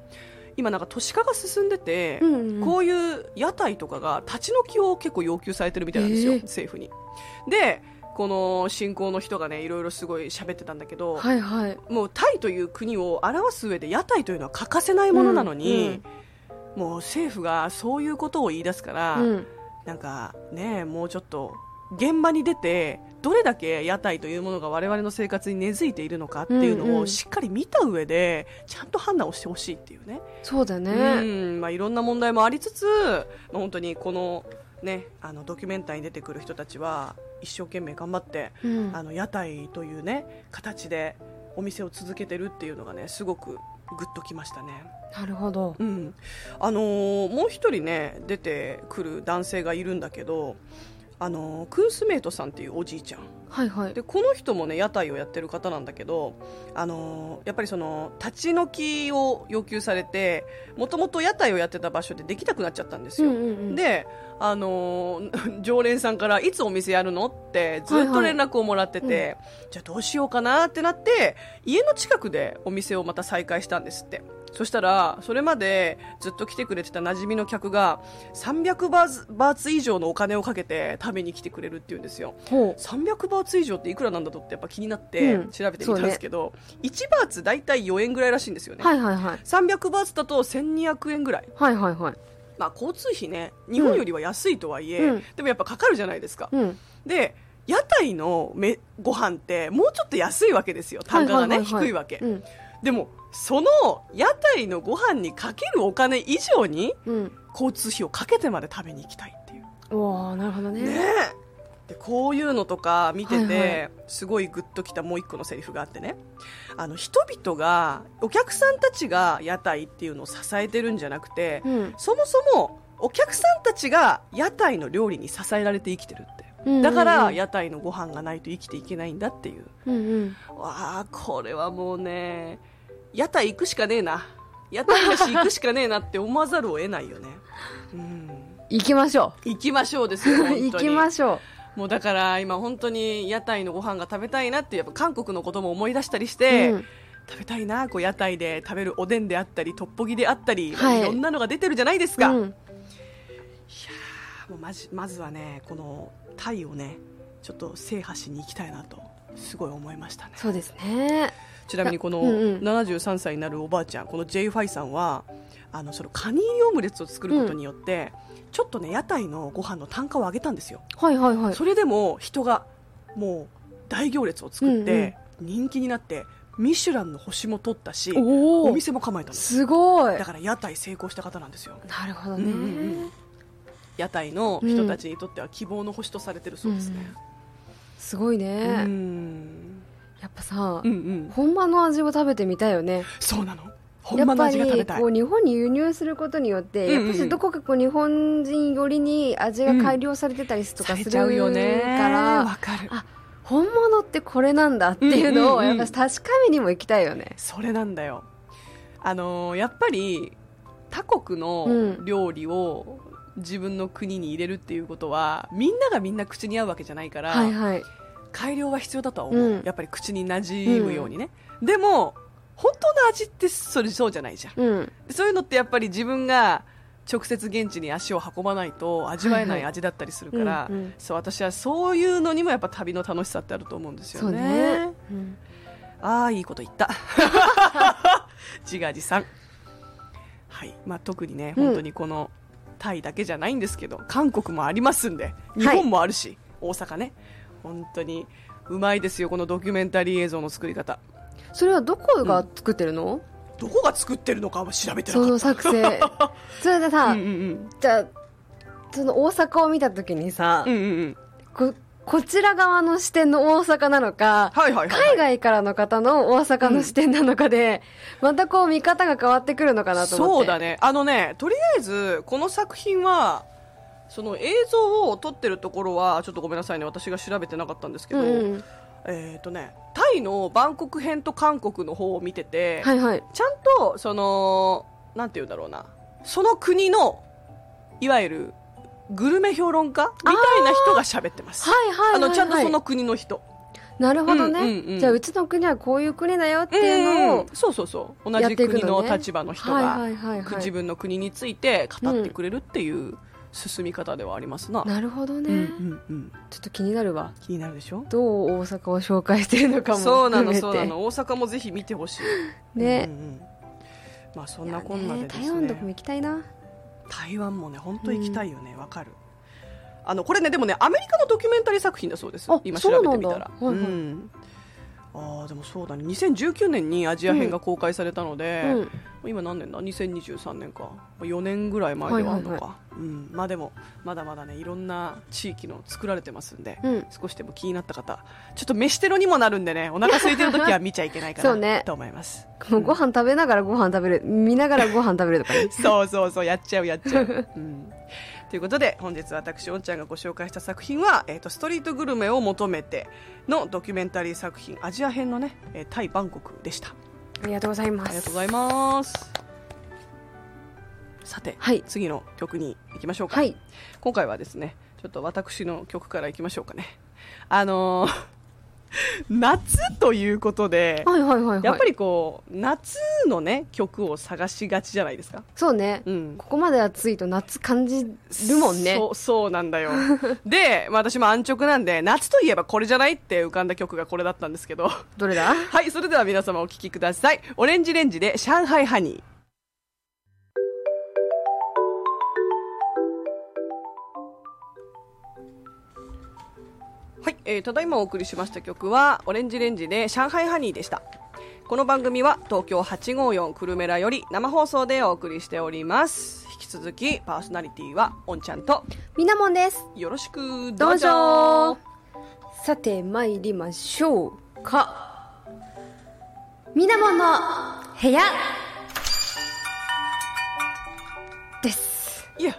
Speaker 1: 今なんか都市化が進んでて、
Speaker 2: うんうん
Speaker 1: こういう屋台とかが立ち退きを結構要求されてるみたいなんですよ、
Speaker 2: えー
Speaker 1: 政府に。でこの信仰の人がねいろいろすごい喋ってたんだけど、
Speaker 2: はいはい
Speaker 1: もうタイという国を表す上で屋台というのは欠かせないものなのに、もう政府がそういうことを言い出すから、
Speaker 2: うん
Speaker 1: なんかねもうちょっと現場に出てどれだけ屋台というものが我々の生活に根付いているのかっていう
Speaker 2: うん
Speaker 1: の
Speaker 2: う
Speaker 1: を
Speaker 2: ん
Speaker 1: しっかり見た上でちゃんと判断をしてほしいっていうね、
Speaker 2: そうだね、
Speaker 1: うんまあ、いろんな問題もありつつ、まあ本当にこの,、ね、あのドキュメンタリーに出てくる人たちは一生懸命頑張って
Speaker 2: うん
Speaker 1: あの屋台というね形でお店を続けてるっていうのがねすごくグッときましたね。
Speaker 2: なるほど
Speaker 1: うん、あのーもう一人ね出てくる男性がいるんだけど、あのークースメイトさんっていうおじいちゃん
Speaker 2: はいはい
Speaker 1: でこの人もね屋台をやってる方なんだけど、あのーやっぱりその立ち退きを要求されてもともと屋台をやってた場所でできなくなっちゃったんです
Speaker 2: うん
Speaker 1: よ、
Speaker 2: うんうん、
Speaker 1: で、あのー 常連さんからいつお店やるのってずっと連絡をもらってて、
Speaker 2: はいは
Speaker 1: じゃあどうしようかなってなって家の近くでお店をまた再開したんですってそしたらそれまでずっと来てくれてた馴染みの客が300バーツバーツ以上のお金をかけて食べに来てくれるっていうんですよ
Speaker 2: ほ
Speaker 1: 300バーツ以上っていくらなんだとってやっぱ気になって
Speaker 2: うん
Speaker 1: 調べてみたんですけど、1バーツ大体4円ぐらいらしいんですよね、
Speaker 2: うはいはいはい
Speaker 1: 300バーツだと1200円ぐらい
Speaker 2: はいはいはい
Speaker 1: まあ、交通費ね日本よりは安いとはいえ、
Speaker 2: うん
Speaker 1: でもやっぱかかるじゃないですか、
Speaker 2: うん
Speaker 1: で屋台のめご飯ってもうちょっと安いわけですよ単価がね、
Speaker 2: はははは
Speaker 1: 低いわけ、
Speaker 2: うん
Speaker 1: でもその屋台のご飯にかけるお金以上に
Speaker 2: うん
Speaker 1: 交通費をかけてまで食べに行きたいっていう
Speaker 2: おーなるほどね
Speaker 1: ねえでこういうのとか見てて、
Speaker 2: はいは
Speaker 1: すごいグッときたもう一個のセリフがあってねあの人々がお客さんたちが屋台っていうのを支えてるんじゃなくて、
Speaker 2: うん
Speaker 1: そもそもお客さんたちが屋台の料理に支えられて生きてるって
Speaker 2: うんうん
Speaker 1: だから屋台のご飯がないと生きていけないんだっていう
Speaker 2: うんうん
Speaker 1: わあこれはもうね屋台行くしかねえな屋台だし行くしかねえなって思わざるを得ないよね、うん、
Speaker 2: 行きましょ
Speaker 1: 行きましょうです
Speaker 2: う
Speaker 1: よ本
Speaker 2: 行
Speaker 1: 当
Speaker 2: き
Speaker 1: に
Speaker 2: ましょ
Speaker 1: もうだから今本当に屋台のご飯が食べたいなってやっぱ韓国のことも思い出したりし
Speaker 2: う、
Speaker 1: て、
Speaker 2: うん
Speaker 1: 食べたいなこう屋台で食べるおでんであったりトッポギであったり、
Speaker 2: はい
Speaker 1: い、ろんなのが出てるじゃないですか、
Speaker 2: うん
Speaker 1: もうまじまずはねこのタイをねちょっと制覇しに行きたいなとすごい思いましたね
Speaker 2: そうですね
Speaker 1: ちなみにこの
Speaker 2: うんうん
Speaker 1: 73歳になるおばあちゃんこの j ファイさんはあのそのカニ入りオムレツを作ることによって、ちょっとね屋台のご飯の単価を上げたんですよ
Speaker 2: はいはいはい
Speaker 1: それでも人がもう大行列を作って人気になって、ミシュランの星も取ったし
Speaker 2: お
Speaker 1: お
Speaker 2: お
Speaker 1: 店も構えたんです
Speaker 2: すごい
Speaker 1: だから屋台成功した方なんですよ
Speaker 2: なるほどね、
Speaker 1: うんうんうん屋台の人たちにとっては希望の星とされてるそうですね、
Speaker 2: すごいね、
Speaker 1: うん
Speaker 2: やっぱさ、
Speaker 1: うんうん、
Speaker 2: 本場の味を食べてみたいよね
Speaker 1: そうなの本場の味が食べたい
Speaker 2: やっぱりこう日本に輸入することによって、
Speaker 1: うんうん
Speaker 2: やっぱりどこかこう日本人よりに味が改良されてたりと
Speaker 1: さ
Speaker 2: か
Speaker 1: れ
Speaker 2: する
Speaker 1: ちゃうよね
Speaker 2: から、
Speaker 1: わかる
Speaker 2: あ本物ってこれなんだっていうの
Speaker 1: うん
Speaker 2: を
Speaker 1: うんう
Speaker 2: や
Speaker 1: ん
Speaker 2: っぱ確かめにも行きたいよね、
Speaker 1: それなんだよあのーやっぱり他国の
Speaker 2: うん
Speaker 1: 料理を自分の国に入れるっていうことはみんながみんな口に合うわけじゃないから、
Speaker 2: はいはい
Speaker 1: 改良は必要だとは思う、
Speaker 2: うん
Speaker 1: やっぱり口に馴染むようにね、でも本当の味ってそれそうじゃないじゃん
Speaker 2: うん
Speaker 1: そういうのってやっぱり自分が直接現地に足を運ばないと味わえない味だったりするから、
Speaker 2: うんうん
Speaker 1: そう私はそういうのにもやっぱ旅の楽しさってあると思うんです
Speaker 2: そ
Speaker 1: よ
Speaker 2: う
Speaker 1: ね
Speaker 2: ね、うん
Speaker 1: ああいいこと言 った自画自賛はい、まあ、特にね
Speaker 2: うん
Speaker 1: 本当にこのタイだけじゃないんですけど、韓国もありますんで
Speaker 2: い
Speaker 1: 日本もあるし、大阪ね本当にうまいですよこのドキュメンタリー映像の作り方
Speaker 2: それはどこが作ってるの、
Speaker 1: どこが作ってるのかは調べてなか
Speaker 2: その
Speaker 1: った
Speaker 2: 作 成それでさ、
Speaker 1: うんうん
Speaker 2: じゃあその大阪を見た時にさ、
Speaker 1: うんうんうんうん
Speaker 2: ここちら側の視点の大阪なのか、
Speaker 1: はいはいはい、はい、
Speaker 2: 海外からの方の大阪の視点なのかで、またこう見方が変わってくるのかなと思って
Speaker 1: そうだねあのねとりあえずこの作品はその映像を撮ってるところはちょっとごめんなさいね私が調べてなかったんですけ
Speaker 2: う
Speaker 1: ど、
Speaker 2: んうん、
Speaker 1: えっ、とねタイのバンコク編と韓国の方を見てて、
Speaker 2: はいはい
Speaker 1: ちゃんとそのなんて言うんだろうなその国のいわゆるグルメ評論家みたいな人が喋ってます
Speaker 2: はいはいはいはい
Speaker 1: あのちゃんとその国の人
Speaker 2: なるほどね、
Speaker 1: うんうんうん
Speaker 2: じゃあうちの国はこういう国だよっていうのを、
Speaker 1: そうそうそう同
Speaker 2: やっ
Speaker 1: じ
Speaker 2: ていくのね
Speaker 1: 国の立場の人が
Speaker 2: はいはいはいはい
Speaker 1: 自分の国について語ってくれるっていう進み方ではありますな、
Speaker 2: なるほど
Speaker 1: う
Speaker 2: ね、
Speaker 1: んうんうん、
Speaker 2: ちょっと気になるわ
Speaker 1: 気になるでしょ
Speaker 2: どう大阪を紹介してるのかも
Speaker 1: そうな
Speaker 2: 含
Speaker 1: の
Speaker 2: めて
Speaker 1: そうなの大阪もぜひ見てほしい
Speaker 2: ね
Speaker 1: うんうんまあそん
Speaker 2: いや
Speaker 1: な
Speaker 2: ね
Speaker 1: こんなでですね
Speaker 2: 台湾とかも行きたいな
Speaker 1: 台湾もね本当行きたいよねわ、かるあのこれねでもねアメリカのドキュメンタリー作品だそうです
Speaker 2: あ
Speaker 1: 今調べてみたら
Speaker 2: そうなんだはいはい
Speaker 1: んあーでもそうだね2019年にアジア編が公開されたので、
Speaker 2: うん
Speaker 1: 今何年だ2023年か4年ぐらい前ではあるのか、
Speaker 2: はいは
Speaker 1: うん、まあでもまだまだねいろんな地域の作られてますんで、
Speaker 2: うん
Speaker 1: 少しでも気になった方ちょっと飯テロにもなるんでねお腹空いてる時は見ちゃいけないか
Speaker 2: そうね
Speaker 1: なと思います
Speaker 2: もうご飯食べながらご飯食べる見ながらご飯食べるとかね
Speaker 1: そうそうそうやっちゃうやっちゃ う、うん、ということで本日私おんちゃんがご紹介した作品は、えーと「ストリートグルメを求めて」のドキュメンタリー作品アジア編のね、えータイ・バンコクでした
Speaker 2: ありがとうございま
Speaker 1: ありがとう
Speaker 2: す
Speaker 1: ございますさて、
Speaker 2: はい
Speaker 1: 次の曲に行きましょうか、
Speaker 2: はい
Speaker 1: 今回はですねちょっと私の曲から行きましょうかねあのー 夏ということで
Speaker 2: はいはいはいはい
Speaker 1: やっぱりこう夏のね曲を探しがちじゃないですか、
Speaker 2: そうね、
Speaker 1: うん、
Speaker 2: ここまで暑いと夏感じるもんね
Speaker 1: そうそうなんだよ で、まあ、私も安直なんで夏といえばこれじゃないって浮かんだ曲がこれだったんですけど
Speaker 2: どれだ
Speaker 1: はいそれでは皆様お聴きくださいオレンジレンジで「上海ハニー」はい、えーただいまお送りしました曲は「オレンジレンジ」で「上海ハニー」でしたこの番組は東京854久留米らより生放送でお送りしております引き続きパーソナリティはおんちゃんと
Speaker 2: みなもんです
Speaker 1: よろしく
Speaker 2: ど
Speaker 1: ど
Speaker 2: う
Speaker 1: う
Speaker 2: ぞ
Speaker 1: ぞ
Speaker 2: さて参りましょうかみなもんの部屋です
Speaker 1: いや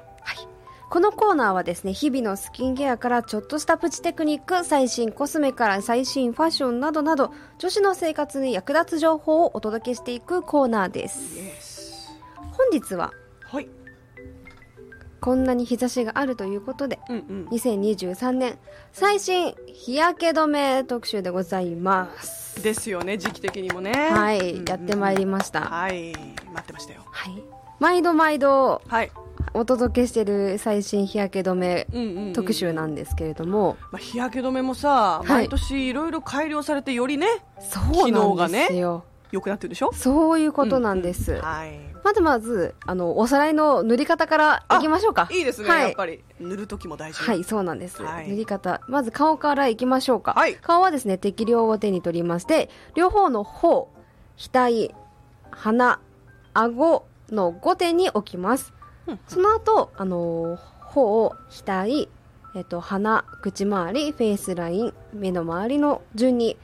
Speaker 2: このコーナーはですね日々のスキンケアからちょっとしたプチテクニック最新コスメから最新ファッションなどなど女子の生活に役立つ情報をお届けしていくコーナーです本日は
Speaker 1: はい
Speaker 2: こんなに日差しがあるということで
Speaker 1: うんうん
Speaker 2: 2023年最新日焼け止め特集でございます
Speaker 1: ですよね時期的にもね
Speaker 2: はい、
Speaker 1: うんうん
Speaker 2: やってまいりました
Speaker 1: はい待ってましたよ
Speaker 2: はい毎度毎度
Speaker 1: はい、
Speaker 2: お届けしてる最新日焼け止め
Speaker 1: うんうんうん
Speaker 2: 特集なんですけれども、
Speaker 1: まあ、日焼け止めもさ、
Speaker 2: い
Speaker 1: 毎年いろいろ改良されてよりね
Speaker 2: そうなんですよ、
Speaker 1: 良くなってるでしょ
Speaker 2: そういうことなんです、
Speaker 1: はい
Speaker 2: まずまずあのおさらいの塗り方からいきましょうか
Speaker 1: いいですね、
Speaker 2: はい、
Speaker 1: やっぱり塗る時も大事
Speaker 2: はい、そうなんです、
Speaker 1: はい
Speaker 2: 塗り方まず顔からいきましょうか、
Speaker 1: はい
Speaker 2: 顔はですね適量を手に取りまして両方の頬額鼻顎の5点に置きます
Speaker 1: うん
Speaker 2: その後あのー頬額、えっと、鼻口周りフェイスライン目の周りの順に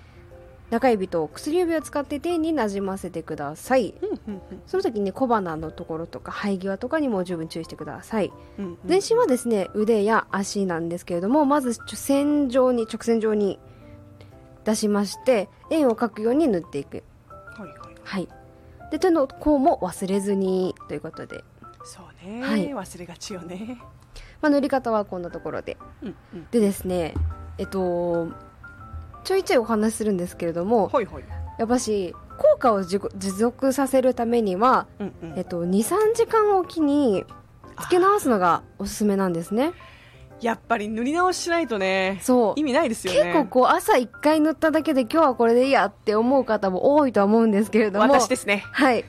Speaker 2: 中指と薬指を使って手になじませてください
Speaker 1: うんうんうん
Speaker 2: その時に小鼻のところとか生え際とかにも十分注意してください
Speaker 1: うんうん
Speaker 2: 全身はですね腕や足なんですけれどもまずちょ線状に直線状に出しまして円を描くように塗っていく
Speaker 1: はいはい
Speaker 2: はいで手の甲も忘れずにということで、
Speaker 1: そうね、
Speaker 2: はい
Speaker 1: 忘れがちよね
Speaker 2: まあ、塗り方はこんなところで
Speaker 1: うんうん
Speaker 2: でですねえっとちょいちょいお話しするんですけれども
Speaker 1: はいはい
Speaker 2: やっぱし効果を持持続させるためには、
Speaker 1: うんうん
Speaker 2: えっと、23時間おきにつけ直すのがおすすめなんですね
Speaker 1: やっぱり塗り直ししないとね
Speaker 2: そう
Speaker 1: 意味ないですよね
Speaker 2: 結構こう朝1回塗っただけで今日はこれでいいやって思う方も多いとは思うんですけれども
Speaker 1: 私ですね
Speaker 2: はい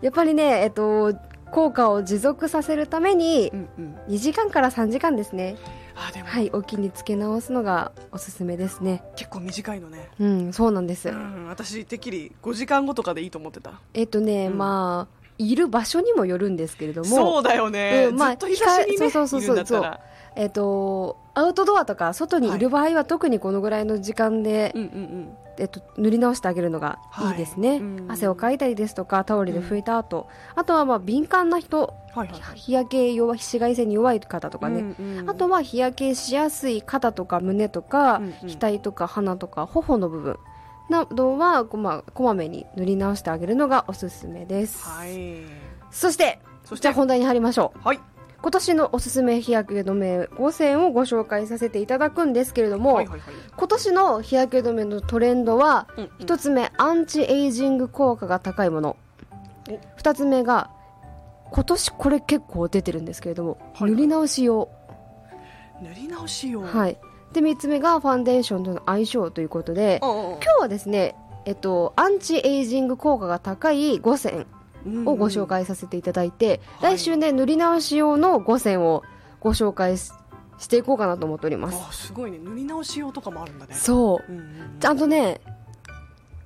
Speaker 2: やっぱりねえっと効果を持続させるために
Speaker 1: うんうん
Speaker 2: 2時間から3時間ですね
Speaker 1: あでも、
Speaker 2: はいお気につけ直すのがおすすめですね
Speaker 1: 結構短いのね
Speaker 2: うんそうなんです
Speaker 1: うん私てっきり5時間後とかでいいと思ってた
Speaker 2: えっとね、
Speaker 1: うん
Speaker 2: まあいる場所にもよるんですけれど
Speaker 1: そ
Speaker 2: も
Speaker 1: うだよね、
Speaker 2: うんまあ
Speaker 1: ずっと日差しにね
Speaker 2: そうそうそうそう
Speaker 1: いるんだったら
Speaker 2: えっとアウトドアとか外にいる場合は特にこのぐらいの時間で、
Speaker 1: うんうんうん
Speaker 2: えっと、塗り直してあげるのがいいですね、
Speaker 1: はいうん
Speaker 2: 汗をかいたりですとかタオルで拭いた後、あとはまあ敏感な人
Speaker 1: はいはいはい
Speaker 2: 日焼け弱い紫外線に弱い方とかね、
Speaker 1: うんうん
Speaker 2: あとは日焼けしやすい肩とか胸とか、
Speaker 1: うんうん
Speaker 2: 額とか鼻とか頬の部分などはこまこまめに塗り直してあげるのがおすすめです、
Speaker 1: はい
Speaker 2: そして
Speaker 1: そして
Speaker 2: じゃあ本題に入りましょう
Speaker 1: はい
Speaker 2: 今年のおすすめ日焼け止め5選をご紹介させていただくんですけれども、
Speaker 1: はいはいはい
Speaker 2: 今年の日焼け止めのトレンドは、
Speaker 1: うんうん
Speaker 2: 一つ目アンチエイジング効果が高いもの二つ目が今年これ結構出てるんですけれども、
Speaker 1: はい
Speaker 2: 塗り直し用、
Speaker 1: 塗り直しよう
Speaker 2: はい、で3つ目がファンデーションとの相性ということで
Speaker 1: う
Speaker 2: 今
Speaker 1: んうん
Speaker 2: 日はですね、えっと、アンチエイジング効果が高い5選
Speaker 1: うん
Speaker 2: をご紹介させていただいて、
Speaker 1: はい
Speaker 2: 来週ね塗り直し用の5選をご紹介ししていこうかなと思っております
Speaker 1: あすごいね塗り直し用とかもあるんだね
Speaker 2: そう
Speaker 1: うんうんうん
Speaker 2: ちゃんとね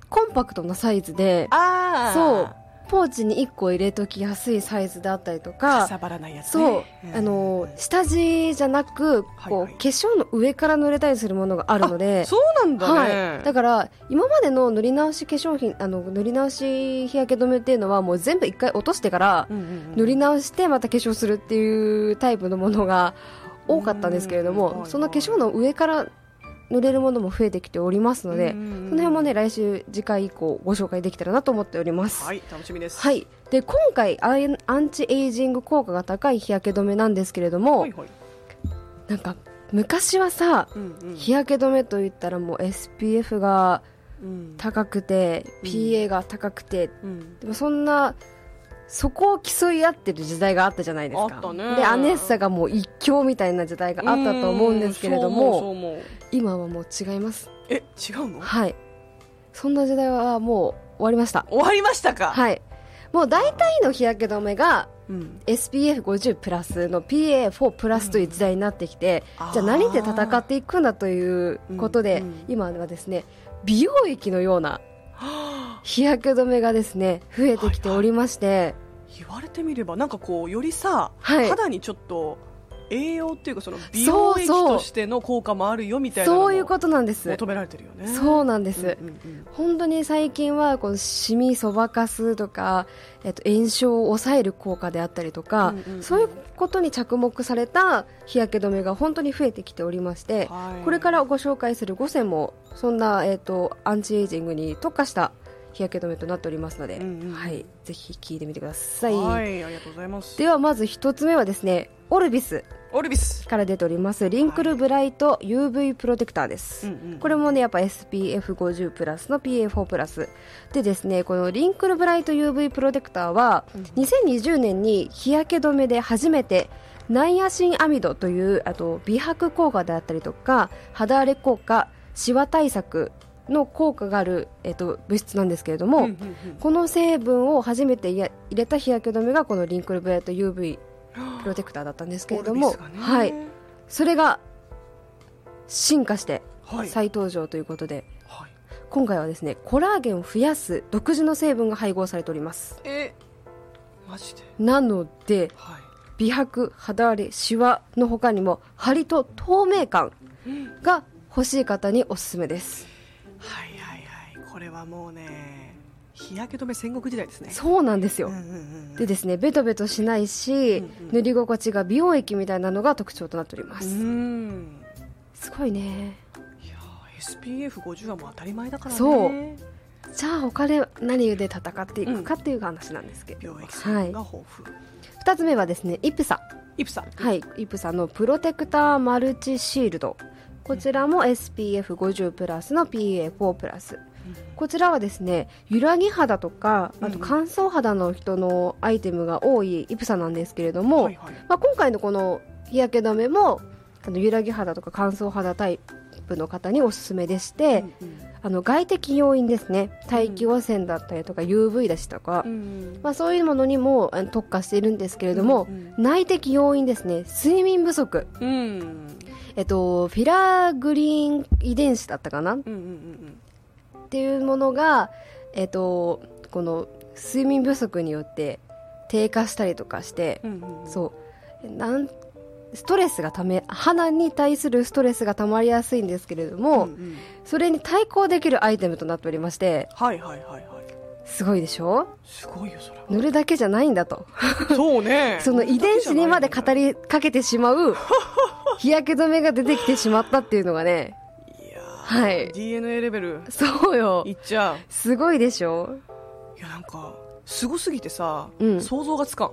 Speaker 2: コンパクトなサイズで
Speaker 1: ああ
Speaker 2: そうポーチに1個入れときやすいサイズであったりと
Speaker 1: か
Speaker 2: か
Speaker 1: さばらないやつ
Speaker 2: そう
Speaker 1: ね、ん
Speaker 2: あの下地じゃなくこう、
Speaker 1: はいはい
Speaker 2: 化粧の上から塗れたりするものがあるので
Speaker 1: そうなんだね、
Speaker 2: はい、だから今までの塗り直し化粧品あの塗り直し日焼け止めっていうのはもう全部一回落としてから
Speaker 1: うんうんうん
Speaker 2: 塗り直してまた化粧するっていうタイプのものが多かったんですけれど
Speaker 1: うん
Speaker 2: もその化粧の上から塗れるものも増えてきておりますので
Speaker 1: う
Speaker 2: そ
Speaker 1: んうんうん
Speaker 2: の辺もね来週次回以降ご紹介できたらなと思っております。
Speaker 1: はい楽しみです
Speaker 2: はいで今回アイアンチエイジング効果が高い日焼け止めなんですけれども、
Speaker 1: はいはい
Speaker 2: なんか昔はさ
Speaker 1: うんうん
Speaker 2: 日焼け止めといったらもう SPF が
Speaker 1: うん
Speaker 2: 高くて
Speaker 1: うん
Speaker 2: PA が高くて、
Speaker 1: うん
Speaker 2: でもそんなそこを競い合ってる時代があったじゃないですか
Speaker 1: あったね
Speaker 2: でアネッサがもう一強みたいな時代があったと思うんですけれど
Speaker 1: うんそう思
Speaker 2: も
Speaker 1: うそう思う
Speaker 2: 今はもう違います
Speaker 1: え違うの
Speaker 2: はいそんな時代はもう終わりました
Speaker 1: 終わりましたか
Speaker 2: はいもう大体の日焼け止めが
Speaker 1: うん、
Speaker 2: SPF50 プラスの PA4 プラスという時代になってきて、
Speaker 1: うん
Speaker 2: じゃあ何で戦っていくんだということで、
Speaker 1: うんうん
Speaker 2: 今はですね美容液のような日焼け止めがですね増えてきておりまして、
Speaker 1: 言われてみればなんかこうよりさ、
Speaker 2: はい
Speaker 1: 肌にちょっと栄養っていうかその美容液
Speaker 2: そうそう
Speaker 1: としての効果もあるよみたいなのも
Speaker 2: そういうことなんです
Speaker 1: 求められてるよね
Speaker 2: そう
Speaker 1: う
Speaker 2: なんです、
Speaker 1: んうんうん
Speaker 2: 本当に最近はこのシミそばかすとか、えっと、炎症を抑える効果であったりとか、
Speaker 1: うんうんうん
Speaker 2: そういうことに着目された日焼け止めが本当に増えてきておりまして、
Speaker 1: はい
Speaker 2: これからご紹介する5選もそんな、えっとアンチエイジングに特化した日焼け止めとなっておりますので、
Speaker 1: うんうん
Speaker 2: はい、ぜひ聞いてみてください、
Speaker 1: はいありがとうございます
Speaker 2: ではまず1つ目はですねオルビス
Speaker 1: オルビス、
Speaker 2: から出ておりますリンクルブライト UV プロテクターです、
Speaker 1: うんうん
Speaker 2: これもねやっぱ SPF50 プラスの PA4 プラスでですねこのリンクルブライト UV プロテクターは2020年に日焼け止めで初めてナイアシンアミドというあと美白効果であったりとか肌荒れ効果シワ対策の効果がある、えっと、物質なんですけれども、
Speaker 1: うんうんうん
Speaker 2: この成分を初めてや入れた日焼け止めがこのリンクルブライト UV プロテクターだったんですけれど
Speaker 1: オ
Speaker 2: も、
Speaker 1: ルビスがね
Speaker 2: はい、それが進化して
Speaker 1: はい
Speaker 2: 再登場ということで、
Speaker 1: はい
Speaker 2: 今回はですねコラーゲンを増やす独自の成分が配合されております
Speaker 1: えマジで
Speaker 2: なので
Speaker 1: はい
Speaker 2: 美白肌荒れシワの他にもハリと透明感が欲しい方におすすめです
Speaker 1: はいはいはいこれはもうね日焼け止め戦国時代ですね
Speaker 2: そうなんですよ
Speaker 1: うんうんうん
Speaker 2: でですねベトベトしないし、
Speaker 1: うんうん
Speaker 2: 塗り心地が美容液みたいなのが特徴となっておりま
Speaker 1: う
Speaker 2: す、
Speaker 1: ん
Speaker 2: すごいね
Speaker 1: いやー SPF50 はもう当たり前だからね
Speaker 2: そうじゃあ他で何で戦っていくかっていう話なんですけど、
Speaker 1: 病液
Speaker 2: は
Speaker 1: 酸
Speaker 2: い
Speaker 1: が、豊富、
Speaker 2: 2つ目はですねイプサ
Speaker 1: イプサ
Speaker 2: はい、イプサのプロテクターマルチシールドこちらも SPF50 プラスの PA4 プラスこちらはですね揺らぎ肌とかあ
Speaker 1: うんう
Speaker 2: と
Speaker 1: ん
Speaker 2: 乾燥肌の人のアイテムが多いイプサなんですけれども、
Speaker 1: はいはい
Speaker 2: まあ、今回のこの日焼け止めもあの揺らぎ肌とか乾燥肌タイプの方におすすめでして、あの外的要因ですね大気汚染だったりとか UV だしとか、
Speaker 1: ん
Speaker 2: まあ、そういうものにもあの特化しているんですけれども、
Speaker 1: うん
Speaker 2: 内的要因ですね睡眠不足、
Speaker 1: うんうん
Speaker 2: えっと、フィラグリーン遺伝子だったかなっ
Speaker 1: うんうん
Speaker 2: ていうものが、えっと、この睡眠不足によって低下したりとかして
Speaker 1: う、んうんうん
Speaker 2: そうなんストレスがため鼻に対するストレスがたまりやすいんですけれども、
Speaker 1: んん
Speaker 2: それに対抗できるアイテムとなっておりまして
Speaker 1: はいはいはいはい
Speaker 2: すごいでしょ
Speaker 1: すごいよそれは
Speaker 2: 塗るだけじゃないんだと
Speaker 1: そうね
Speaker 2: その遺伝子にまで語
Speaker 1: り
Speaker 2: りかけてしまう日焼け止めが出てきてしまったっていうのがね
Speaker 1: いやー
Speaker 2: はい
Speaker 1: DNA レベル
Speaker 2: そうよ
Speaker 1: いっちゃう
Speaker 2: すごいでしょ
Speaker 1: いやなんかすごすぎてさ、
Speaker 2: うん
Speaker 1: 想像がつか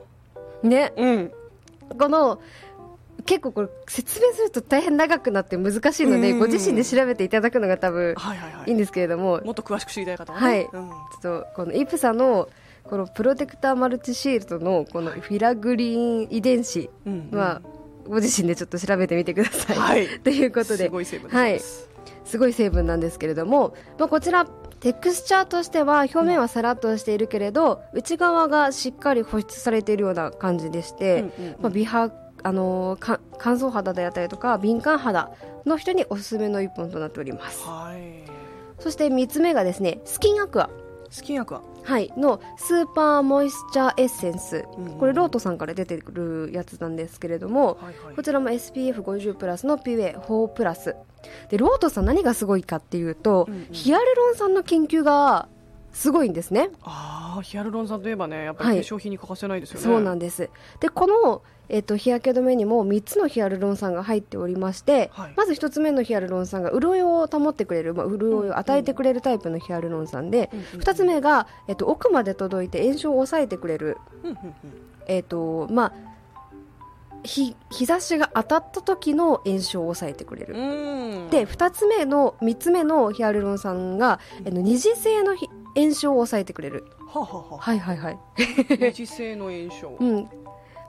Speaker 1: ん
Speaker 2: ね
Speaker 1: うん
Speaker 2: この結構これ説明すると大変長くなって難しいので、
Speaker 1: うん
Speaker 2: ご自身で調べていただくのが多分
Speaker 1: はいはいはい
Speaker 2: いんですけれども、
Speaker 1: もっと詳しく知りたい方はね、
Speaker 2: はい
Speaker 1: うん
Speaker 2: ちょっとこのイプサのこのプロテクターマルチシールドのこのフィラグリーン遺伝子
Speaker 1: うんうん
Speaker 2: はご自身でちょっと調べてみてください。
Speaker 1: はい
Speaker 2: ということです
Speaker 1: ごい成分です、
Speaker 2: すごい成分なんですけれども、まあ、こちらテクスチャーとしては表面はさらっとしているけれど、内側がしっかり保湿されているような感じでして、
Speaker 1: うんうんうん
Speaker 2: まあ、美肌あのーか乾燥肌であったりとか敏感肌の人におすすめの一本となっております
Speaker 1: はい
Speaker 2: そして3つ目がですねスキンアクア、
Speaker 1: スキン薬は、
Speaker 2: はい、のスーパーモイスチャーエッセンス
Speaker 1: うんうん
Speaker 2: これロートさんから出てくるやつなんですけれども
Speaker 1: はいはい
Speaker 2: こちらも SPF50 プラスの PA4 プラスでロートさん何がすごいかっていうと、
Speaker 1: うんうん
Speaker 2: ヒアルロン酸の研究がすごいんですね
Speaker 1: ああヒアルロン酸といえばねやっぱ
Speaker 2: は
Speaker 1: り
Speaker 2: い
Speaker 1: 化粧品に欠かせないですよね、
Speaker 2: そうなんですでこの、えっと日焼け止めにも3つのヒアルロン酸が入っておりまして、
Speaker 1: はい
Speaker 2: まず1つ目のヒアルロン酸が潤いを保ってくれる、まあ、潤いを与えてくれるタイプのヒアルロン酸で、
Speaker 1: うんうんうん
Speaker 2: 2つ目が、えっと奥まで届いて炎症を抑えてくれる、
Speaker 1: うんうんうん
Speaker 2: えっとまあ、日日差しが当たった時の炎症を抑えてくれる。
Speaker 1: うん
Speaker 2: で2つ目の3つ目のヒアルロン酸が、えの二次性のひ炎症を抑えてくれる
Speaker 1: はあはあはあ
Speaker 2: はいはいはい
Speaker 1: 二次性の炎症
Speaker 2: うん、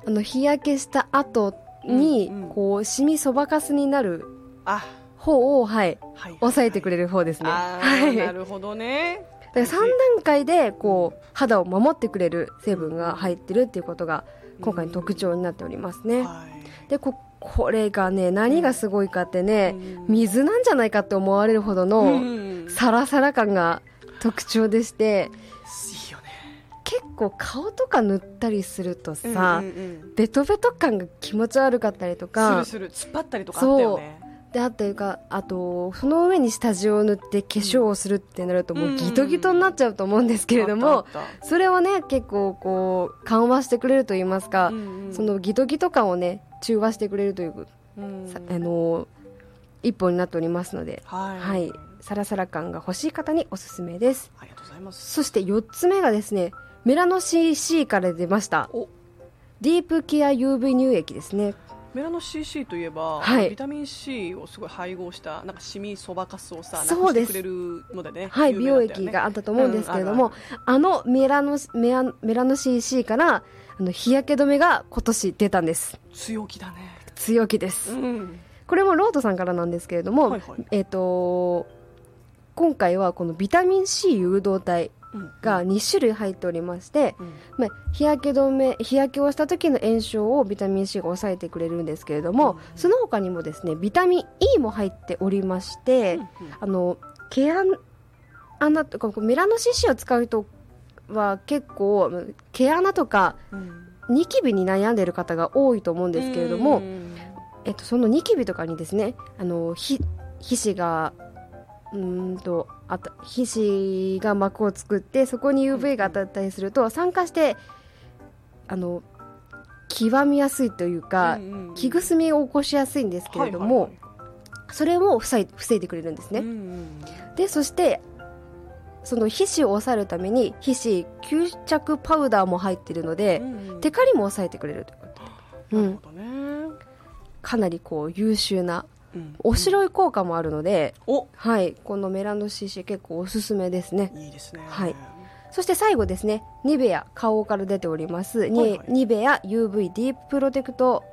Speaker 2: あの日焼けした後に、
Speaker 1: うんうん
Speaker 2: こうシミそばかすになる
Speaker 1: あ
Speaker 2: 方を、はい、
Speaker 1: はい
Speaker 2: 抑えてくれ
Speaker 1: る
Speaker 2: る方ですね。
Speaker 1: あ
Speaker 2: は
Speaker 1: ー
Speaker 2: い、だ
Speaker 1: な
Speaker 2: か
Speaker 1: るほどね
Speaker 2: ら3段階でこう肌を守ってくれる成分が入ってるっていうことが今回の特徴になっておりますね。
Speaker 1: はい
Speaker 2: でここれがね何がすごいかってね、
Speaker 1: うん
Speaker 2: 水なんじゃないかって思われるほど
Speaker 1: う
Speaker 2: の
Speaker 1: ん
Speaker 2: サラサラ感が特徴でして
Speaker 1: いいよね
Speaker 2: 結構顔とか塗ったりするとさ、
Speaker 1: うんうん
Speaker 2: ベトベト感が気持ち悪かったりと
Speaker 1: うん
Speaker 2: か
Speaker 1: するする突っ張ったりとかあったよね
Speaker 2: であというかあとその上に下地を塗って化粧をするってなるともうギトギトになっちゃうと思うんですけれど
Speaker 1: あっ
Speaker 2: も、
Speaker 1: たあっ
Speaker 2: それをね結構こう緩和してくれると言います
Speaker 1: た
Speaker 2: か、
Speaker 1: うんうん
Speaker 2: そのギトギト感をね中和してくれるという、
Speaker 1: うん
Speaker 2: さあの一本になっておりますので、
Speaker 1: はい
Speaker 2: はい、サラサラ感が欲しい方におすすめです
Speaker 1: ありがとうございます
Speaker 2: そして4つ目がですねメラノ CC から出ました
Speaker 1: お
Speaker 2: ディープケア UV 乳液ですね
Speaker 1: メラノ CC といえば、
Speaker 2: はい
Speaker 1: ビタミン C をすごい配合したなんかシミそばかすをさな
Speaker 2: そう
Speaker 1: くし
Speaker 2: で
Speaker 1: て
Speaker 2: す
Speaker 1: くれるのでね
Speaker 2: はい、
Speaker 1: 有
Speaker 2: 美
Speaker 1: 名だったよ
Speaker 2: 容
Speaker 1: ね
Speaker 2: 液があったと思うんですけれど
Speaker 1: うん
Speaker 2: も
Speaker 1: あ、
Speaker 2: あのメラノメアメラノ CC からあの日焼け止めが今年出たんです
Speaker 1: 強気だね
Speaker 2: 強気です、
Speaker 1: ん
Speaker 2: これもロートさんからなんですけれども、
Speaker 1: はいはい
Speaker 2: えっ、と今回はこのビタミン C 誘導体
Speaker 1: うん
Speaker 2: が2種類入っておりまして、
Speaker 1: うん
Speaker 2: まあ、日焼け止め日焼けをした時の炎症をビタミン C が抑えてくれるんですけれども、
Speaker 1: うん
Speaker 2: その他にもですねビタミン E も入っておりまして、
Speaker 1: うん
Speaker 2: あの毛穴穴とかこうメラノ CC を使う人は結構毛穴とか
Speaker 1: うん
Speaker 2: ニキビに悩んでいる方が多いと思うんですけれども、
Speaker 1: うん
Speaker 2: えっと、そのニキビとかにですねあのひ皮脂がうーんとあた皮脂が膜を作ってそこに UV が当たったりすると酸化してあの極みやすいというか、
Speaker 1: うんうん
Speaker 2: 木くすみを起こしやすいんですけれども、
Speaker 1: はいはい
Speaker 2: それを防い防いでくれるんですね。
Speaker 1: はいうんうん
Speaker 2: でそしてその皮脂を抑えるために皮脂吸着パウダーも入っているので、
Speaker 1: うんうん
Speaker 2: テカリも抑えてくれるということで、う
Speaker 1: なる
Speaker 2: ん
Speaker 1: ほ、どね
Speaker 2: かなりこう優秀な
Speaker 1: うん
Speaker 2: お白い効果もあるので、
Speaker 1: お
Speaker 2: はい、このメラノ CC 結構おすすめですね
Speaker 1: いいですね
Speaker 2: はいそして最後ですねニベア顔から出ております、に
Speaker 1: はいはい
Speaker 2: ニベア UV ディーププロテクト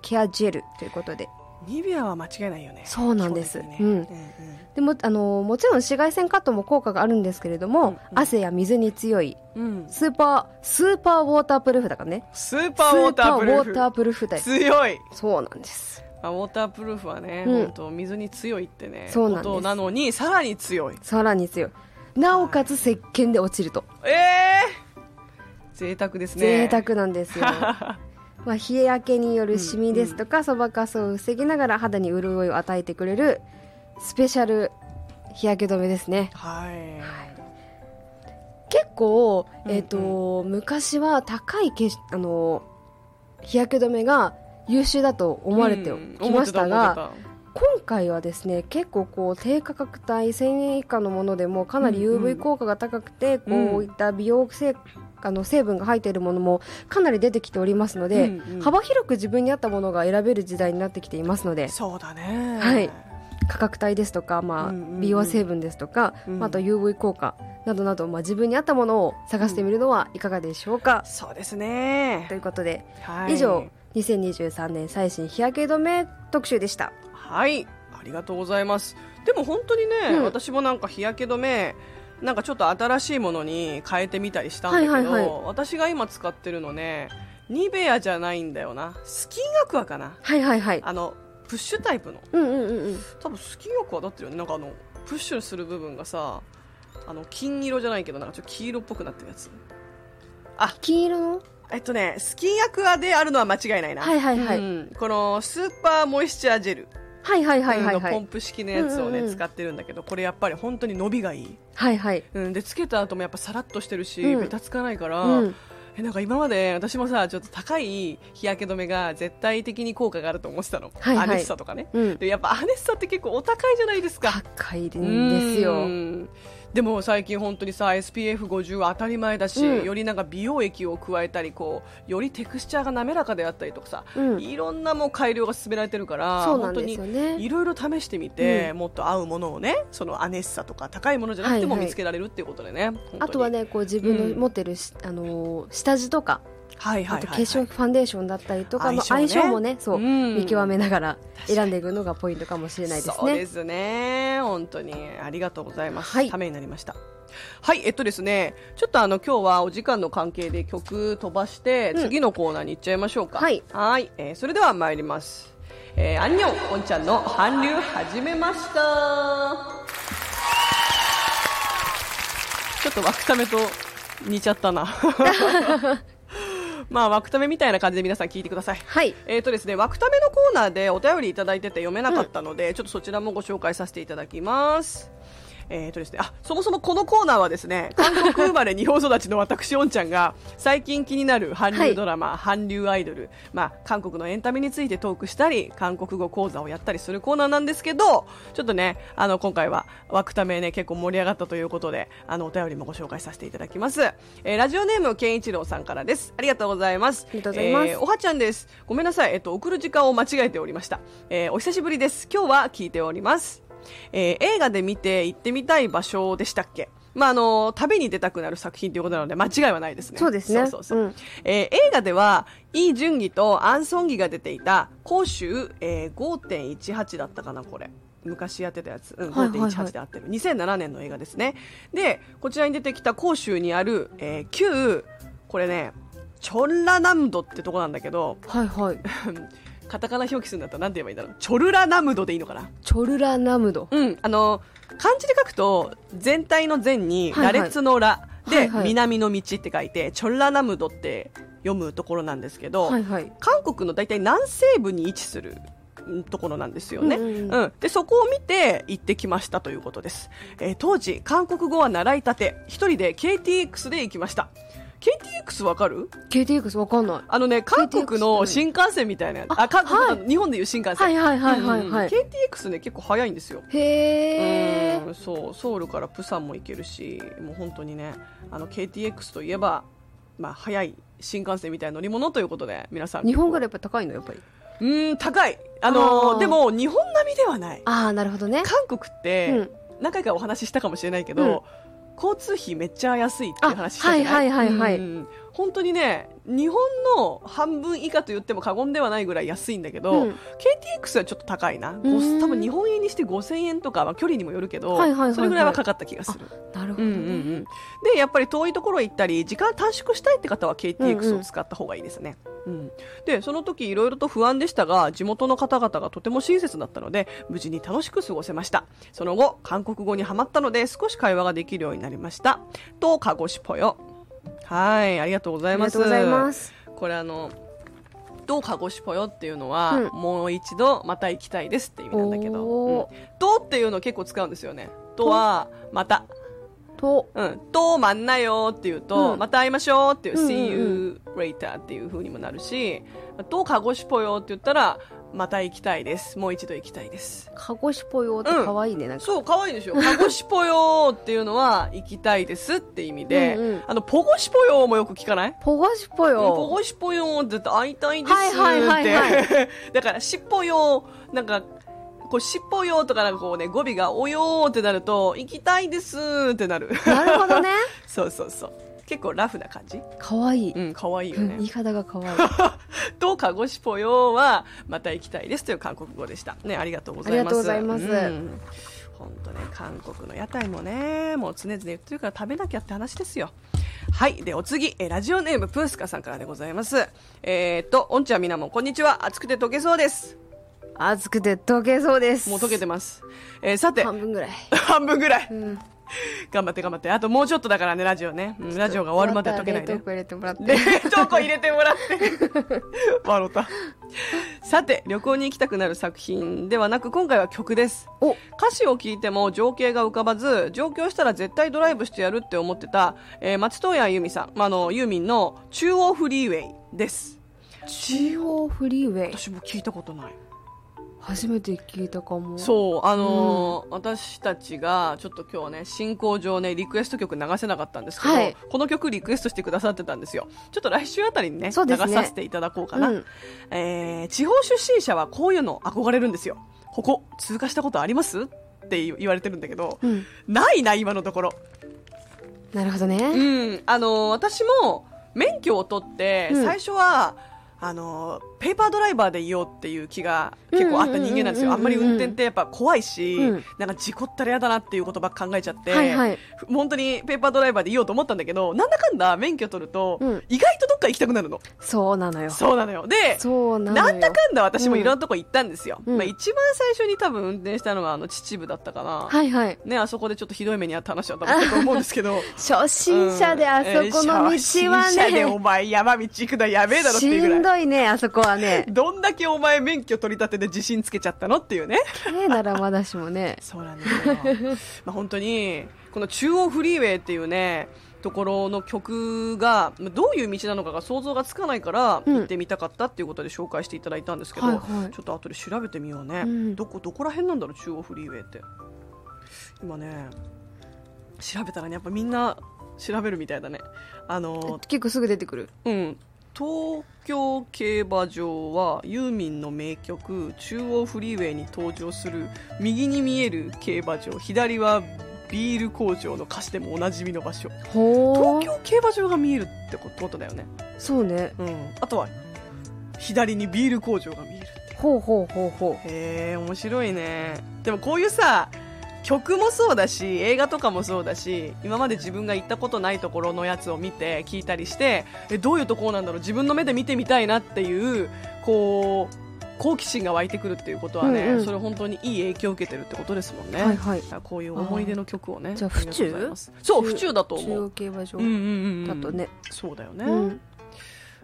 Speaker 2: ケアジェルということで
Speaker 1: ニベアは間違いないよね
Speaker 2: そうなんです
Speaker 1: 基本的
Speaker 2: うん
Speaker 1: にね
Speaker 2: でもあのもちろん紫外線カットも効果があるんですけれども、
Speaker 1: うんうん
Speaker 2: 汗や水に強い
Speaker 1: うんうん
Speaker 2: スーパー、スーパーウォータープルーフだからね。
Speaker 1: スーパーウォータープル
Speaker 2: スーパーウォーター
Speaker 1: ー
Speaker 2: プルーフだ
Speaker 1: フ
Speaker 2: よ
Speaker 1: 強い
Speaker 2: そうなんです。
Speaker 1: まあ、ウォータープルーフはね、
Speaker 2: うん
Speaker 1: 本当水に強いってね
Speaker 2: そうなんです
Speaker 1: ことなのにさらに強い
Speaker 2: さらに強い。なおかつ石鹸で落ちると。
Speaker 1: ええ贅沢ですね
Speaker 2: 贅沢な ん ですよ。まあ、日焼けによるシミですとか、そばかすを防ぎながら肌に潤いを与えてくれるスペシャル日焼け止めですね。
Speaker 1: はい、
Speaker 2: 結構、
Speaker 1: うんうん
Speaker 2: えっ、と、昔は高いけし、あの、日焼け止めが優秀だと思われて
Speaker 1: うん
Speaker 2: きましたが、
Speaker 1: 思って
Speaker 2: 今回はですね結構こう低価格帯1000円以下のものでもかなり
Speaker 1: うんうん
Speaker 2: UV 効果が高くて、
Speaker 1: うん
Speaker 2: こういった美容成あの成分が入っているものもかなり出てきておりますので、
Speaker 1: うんうん
Speaker 2: 幅広く自分に合ったものが選べる時代になってきていますので
Speaker 1: そうだね。
Speaker 2: はい価格帯ですとか、まあ
Speaker 1: うんうんうん
Speaker 2: 美容成分ですとか、
Speaker 1: うん
Speaker 2: まああと UV 効果などなど、まあ、自分に合ったものを探してみるのはいかがでしょうか、
Speaker 1: そうですね
Speaker 2: と。いうことで、
Speaker 1: はい
Speaker 2: 以上2023年最新日焼け止め特集でした
Speaker 1: はい、ありがとうございます。でも本当にね、
Speaker 2: うん
Speaker 1: 私もなんか日焼け止め、なんかちょっと新しいものに変えてみたりしたんだけど、
Speaker 2: はいはいはい
Speaker 1: 私が今使ってるのね、ニベアじゃないんだよな。スキンアクアかな。
Speaker 2: はいはいはい
Speaker 1: あの、プッシュタイプの。
Speaker 2: うんうんうんうん
Speaker 1: 多分スキンアクアだってるよね。なんかあの、プッシュする部分がさ、あの、金色じゃないけど、なんかちょっと黄色っぽくなってるやつ。
Speaker 2: 黄色の
Speaker 1: えっとね、スキンアクアであるのは間違いないな。
Speaker 2: はいはいはい
Speaker 1: うんこのスーパーモイスチャージェル。
Speaker 2: はいはいはいはい
Speaker 1: の
Speaker 2: は
Speaker 1: ポン
Speaker 2: い
Speaker 1: プ式のやつをね、
Speaker 2: うんうんうん
Speaker 1: 使ってるんだけどこれやっぱり本当に伸びがいい、
Speaker 2: はいはい
Speaker 1: うん、でつけた後もやっぱさらっとしてるし、
Speaker 2: うん
Speaker 1: ベタつかないから、
Speaker 2: うん
Speaker 1: えなんか今まで私もさちょっと高い日焼け止めが絶対的に効果があると思ってたの、
Speaker 2: はいはい
Speaker 1: アネッサとかね
Speaker 2: うん
Speaker 1: でやっぱアネッサって結構お高いじゃないですか
Speaker 2: 高いんですよ
Speaker 1: うんでも最近本当にさ SPF50 は当たり前だし、
Speaker 2: うん
Speaker 1: よりなんか美容液を加えたりこうよりテクスチャーが滑らかであったりとかさ、
Speaker 2: うん
Speaker 1: いろんなもう改良が進められてるから
Speaker 2: そうなんですよ
Speaker 1: 本当に
Speaker 2: ね
Speaker 1: いろいろ試してみて、
Speaker 2: う
Speaker 1: もっと合うものをねそのアネッサとか高いものじゃなくても
Speaker 2: はいはい
Speaker 1: 見つけられるっていうことでね、本当に
Speaker 2: あとはねこう自分
Speaker 1: う
Speaker 2: の
Speaker 1: ん
Speaker 2: 持ってるし、あのー下地とか
Speaker 1: はい
Speaker 2: あ
Speaker 1: はいはいはい
Speaker 2: と化粧ファンデーションだったりとかの
Speaker 1: 相性ね
Speaker 2: 相性もねそう、
Speaker 1: うん
Speaker 2: 見極めながら選んでいくのがポイントかもしれないです
Speaker 1: そうで
Speaker 2: ね。
Speaker 1: すね本当にありがとうございます、
Speaker 2: はい
Speaker 1: ためになりましたはいえっとですねちょっとあの今日はお時間の関係で曲飛ばして、
Speaker 2: うん
Speaker 1: 次のコーナーに行っちゃいましょうか
Speaker 2: はい
Speaker 1: いえーそれでは参りますえー、アンニョンこんちゃんの韓流始めましたちょっと枠ためと似ちゃ ったなまあ枠ためみたいな感じで皆さん聞いてください
Speaker 2: はい、
Speaker 1: えーとですね、枠ためのコーナーでお便りいただいてて読めなかったので、ちょっとそちらもご紹介させていただきます。えーとですね、あそもそもこのコーナーはです ね韓国生まれ日本育ちの私、おんちゃんが最近気になる韓流ドラマ、韓流アイドル、まあ、韓国のエンタメについてトークしたり韓国語講座をやったりするコーナーなんですけどちょっとねあの今回は枠ため、ね、結構盛り上がったということであのお便りもご紹介させていただきます、えーラジオネーム健一郎さんからですありがとうございます
Speaker 2: ありがとうございます
Speaker 1: えーおはちゃんですごめんなさい、えっと、送る時間を間違えておりました、えーお久しぶりです今日は聞いておりますえー映画で見て行ってみたい場所でしたっけまあ、あの、旅に出たくなる作品ということなので、間違いはないですね。
Speaker 2: そうです
Speaker 1: そ
Speaker 2: ね
Speaker 1: うそうそう
Speaker 2: うん
Speaker 1: えー映画では、イ・ジュンギとアン・ソンギが出ていた、広州、えー5.18だったかな、これ。昔やってたやつ。うん、
Speaker 2: はいはいはい
Speaker 1: 5.18で合ってる。2007年の映画ですね。で、こちらに出てきた広州にある、えー旧、これね、チョンラナムドってとこなんだけど、
Speaker 2: はいはい
Speaker 1: カタカナ表記するんだったら何て言えばいいんだろう。チョルラナムドでいいのかな
Speaker 2: チョルラナムド
Speaker 1: うん、あの漢字で書くと全体の善に
Speaker 2: はいは
Speaker 1: 羅
Speaker 2: い
Speaker 1: 列の羅で、
Speaker 2: はいはい
Speaker 1: 南の道って書いてチョンラナムドって読むところなんですけど、
Speaker 2: はいはい
Speaker 1: 韓国の大体南西部に位置するうんところなんですよね、
Speaker 2: う
Speaker 1: うんん
Speaker 2: うん
Speaker 1: でそこを見て行ってきましたということです、えー当時韓国語は習いたて一人で KTX で行きました KTX わかる
Speaker 2: KTX わかんない
Speaker 1: あのね韓国
Speaker 2: KTX っ
Speaker 1: の
Speaker 2: て何
Speaker 1: 新幹線みたいなやつ
Speaker 2: あ
Speaker 1: あ韓国の、
Speaker 2: は
Speaker 1: 日本でいう新幹線、
Speaker 2: はいはいはいはいは
Speaker 1: う
Speaker 2: い
Speaker 1: ん KTX ね結構早いんですよ
Speaker 2: へえ
Speaker 1: うんそうソウルからプサンも行けるしもう本当にねあの KTX といえば、まあ、早い新幹線みたいな乗り物ということで皆さん
Speaker 2: 日本からやっぱ高いのやっぱり
Speaker 1: うーん高いあの
Speaker 2: あー
Speaker 1: でも日本並みではない
Speaker 2: ああなるほどね
Speaker 1: 韓国って、
Speaker 2: うん
Speaker 1: 何回かお話ししたかもしれないけど、交通費めっちゃ安いっていう話したじゃな
Speaker 2: あはい
Speaker 1: い
Speaker 2: はいはいはい
Speaker 1: うん本当にね日本の半分以下と言っても過言ではないぐらい安いんだけど、
Speaker 2: うん
Speaker 1: KTX はちょっと高いなご
Speaker 2: うん
Speaker 1: 多分日本円にして5000円とかは距離にもよるけど、
Speaker 2: はいはいはいはい
Speaker 1: それぐらいはかかった気がする。
Speaker 2: なるほ
Speaker 1: う
Speaker 2: ど
Speaker 1: んうん
Speaker 2: ね、
Speaker 1: うん、でやっぱり遠いところ行ったり時間短縮したいって方は
Speaker 2: うんう
Speaker 1: KTX を
Speaker 2: ん
Speaker 1: 使った方がいいですね。うんでその時いろいろと不安でしたが地元の方々がとても親切だったので無事に楽しく過ごせましたその後韓国語にはまったので少し会話ができるようになりましたと鹿児島よはいありがとうござ
Speaker 2: あ
Speaker 1: い
Speaker 2: りが
Speaker 1: ます
Speaker 2: とうございます
Speaker 1: これあの「どうかごしぽよ」っていうのは、
Speaker 2: うん
Speaker 1: もう一度また行きたいですって意味なんだけど「うん
Speaker 2: おー、
Speaker 1: どう」っていうの結構使うんですよね「と」は「また」
Speaker 2: と
Speaker 1: うん、どうまんなよっていうと、
Speaker 2: うん
Speaker 1: また会いましょうっていう、
Speaker 2: うんうん
Speaker 1: see you later っていう風にもなるし、どうかごしぽよって言ったら、また行きたいですもう一度行きたいです
Speaker 2: カゴシポヨって可愛いね、なんか。
Speaker 1: そう可愛いでしょ「かごしぽよ」っていうのは行きたいですって意味で
Speaker 2: うんうん
Speaker 1: あの「ポゴシポよ」もよく聞かない
Speaker 2: ポゴシポヨ。
Speaker 1: ポゴシポよって言って会いたいですって、
Speaker 2: はいはいはい
Speaker 1: だからしっぽよなんかこうしっぽよとかなんかこうね語尾がおよーってなると行きたいですってなる
Speaker 2: なるほど ね。
Speaker 1: そうそうそう結構ラフな感じ
Speaker 2: 可愛い。
Speaker 1: うん可愛いよ
Speaker 2: うん言
Speaker 1: ね
Speaker 2: い方が可愛い。
Speaker 1: とかごしぽよはまた行きたいですという韓国語でしたねありがとうございます
Speaker 2: ありがとうございます
Speaker 1: ん本当ね韓国の屋台もねもう常々言ってるから食べなきゃって話ですよはいでお次えラジオネームプースカさんからでございますえー、っとおんちゃんみなもこんにちは暑くて溶けそうです
Speaker 2: 熱くて溶けそうです。
Speaker 1: もう溶けてます、えーさて
Speaker 2: 半分ぐらい。
Speaker 1: 半分ぐらい
Speaker 2: うん。
Speaker 1: 頑張って頑張ってあともうちょっとだからねラジオねうんラジオが終わるまで溶けない
Speaker 2: また
Speaker 1: で
Speaker 2: 冷凍庫入れてもらって。
Speaker 1: 冷凍庫入れてもらって 笑ったさて旅行に行きたくなる作品ではなく今回は曲です
Speaker 2: お、
Speaker 1: 歌詞を聞いても情景が浮かばず上京したら絶対ドライブしてやるって思ってた、えー松任谷由実さん、まあ、あのユーミンの「中央フリーウェイ」です
Speaker 2: 中央フリーウェイ。
Speaker 1: 私も聞いたことない
Speaker 2: 初めて聞いたかも。
Speaker 1: そうあのー私たちがちょっと今日ね進行上ねリクエスト曲流せなかったんですけど、
Speaker 2: はい
Speaker 1: この曲リクエストしてくださってたんですよちょっと来週あたりにね
Speaker 2: そうです
Speaker 1: 流
Speaker 2: ね
Speaker 1: させていただこうかな、
Speaker 2: うん
Speaker 1: えー地方出身者はこういうの憧れるんですよここ通過したことありますって言われてるんだけど、
Speaker 2: うん。
Speaker 1: ないな今のところ
Speaker 2: なるほど
Speaker 1: う
Speaker 2: ね。
Speaker 1: んあのー私も免許を取って
Speaker 2: うん
Speaker 1: 最初は、あのーペーパードライバーでいようっていう気が結構あった人間なんですよ、
Speaker 2: うん
Speaker 1: あ
Speaker 2: うんん
Speaker 1: ま
Speaker 2: うんうん
Speaker 1: り
Speaker 2: うん
Speaker 1: 運転ってやっぱ怖いし、
Speaker 2: うん
Speaker 1: なんか事故ったら嫌だなっていうことばっか考えちゃって、
Speaker 2: はいはい。
Speaker 1: 本当にペーパードライバーでいようと思ったんだけどなんだかんだ免許取ると、
Speaker 2: うん
Speaker 1: 意外とどっか行きたくなるの
Speaker 2: そうなのよ。
Speaker 1: そうなのよで
Speaker 2: そうなのよ。
Speaker 1: なんだかんだ私もいろんなとこ行ったんですよ、
Speaker 2: うん
Speaker 1: まあ、一番最初に多分運転したのはあの秩父だったかな、
Speaker 2: はいはい。
Speaker 1: ね、あそこでちょっとひどい目に遭った話は多分あったと思うんですけ ど
Speaker 2: 初心者であそこの道はね、
Speaker 1: 初心者でお前山道行くのやべえだろっていう
Speaker 2: し
Speaker 1: ぐ
Speaker 2: ん
Speaker 1: らい。。
Speaker 2: どいね、あそこはね
Speaker 1: どんだけお前免許取り立てで自信つけちゃったのっていうね。
Speaker 2: K ならまだしもね。
Speaker 1: そうなんですよ。 まあ本当に、この中央フリーウェイっていうね、ところの曲がまあどういう道なのかが想像がつかないから
Speaker 2: うん
Speaker 1: 行ってみたかったっていうことで紹介していただいたんですけど、
Speaker 2: はいはい
Speaker 1: ちょっと後で調べてみようね、
Speaker 2: うん
Speaker 1: どこどこら辺なんだろう中央フリーウェイって今ね調べたらねやっぱみんな調べるみたいだねあの
Speaker 2: 結構すぐ出てくる。
Speaker 1: うん、東京競馬場はユーミンの名曲「中央フリーウェイ」に登場する右に見える競馬場左はビール工場の歌詞でもおなじみの場所
Speaker 2: ほ
Speaker 1: 東京競馬場が見えるってことだよね、
Speaker 2: そうね。
Speaker 1: うん、あとは左にビール工場が見えるって
Speaker 2: ほうほうほうほ
Speaker 1: へえ面白いねでもこういうさ曲もそうだし映画とかもそうだし今まで自分が行ったことないところのやつを見て聞いたりしてえどういうところなんだろう自分の目で見てみたいなっていうこう好奇心が湧いてくるっていうことはね、
Speaker 2: うんうん
Speaker 1: それ本当にいい影響を受けてるってことですもんね、
Speaker 2: う。はいはい
Speaker 1: だ。からこういう思い出の曲をね
Speaker 2: あーじゃあ
Speaker 1: りがとうございますそう府中だと
Speaker 2: 中
Speaker 1: 思
Speaker 2: 央
Speaker 1: う
Speaker 2: 競馬場
Speaker 1: うんうんうんう
Speaker 2: だ
Speaker 1: ん
Speaker 2: とね。
Speaker 1: そうだよね、
Speaker 2: うん。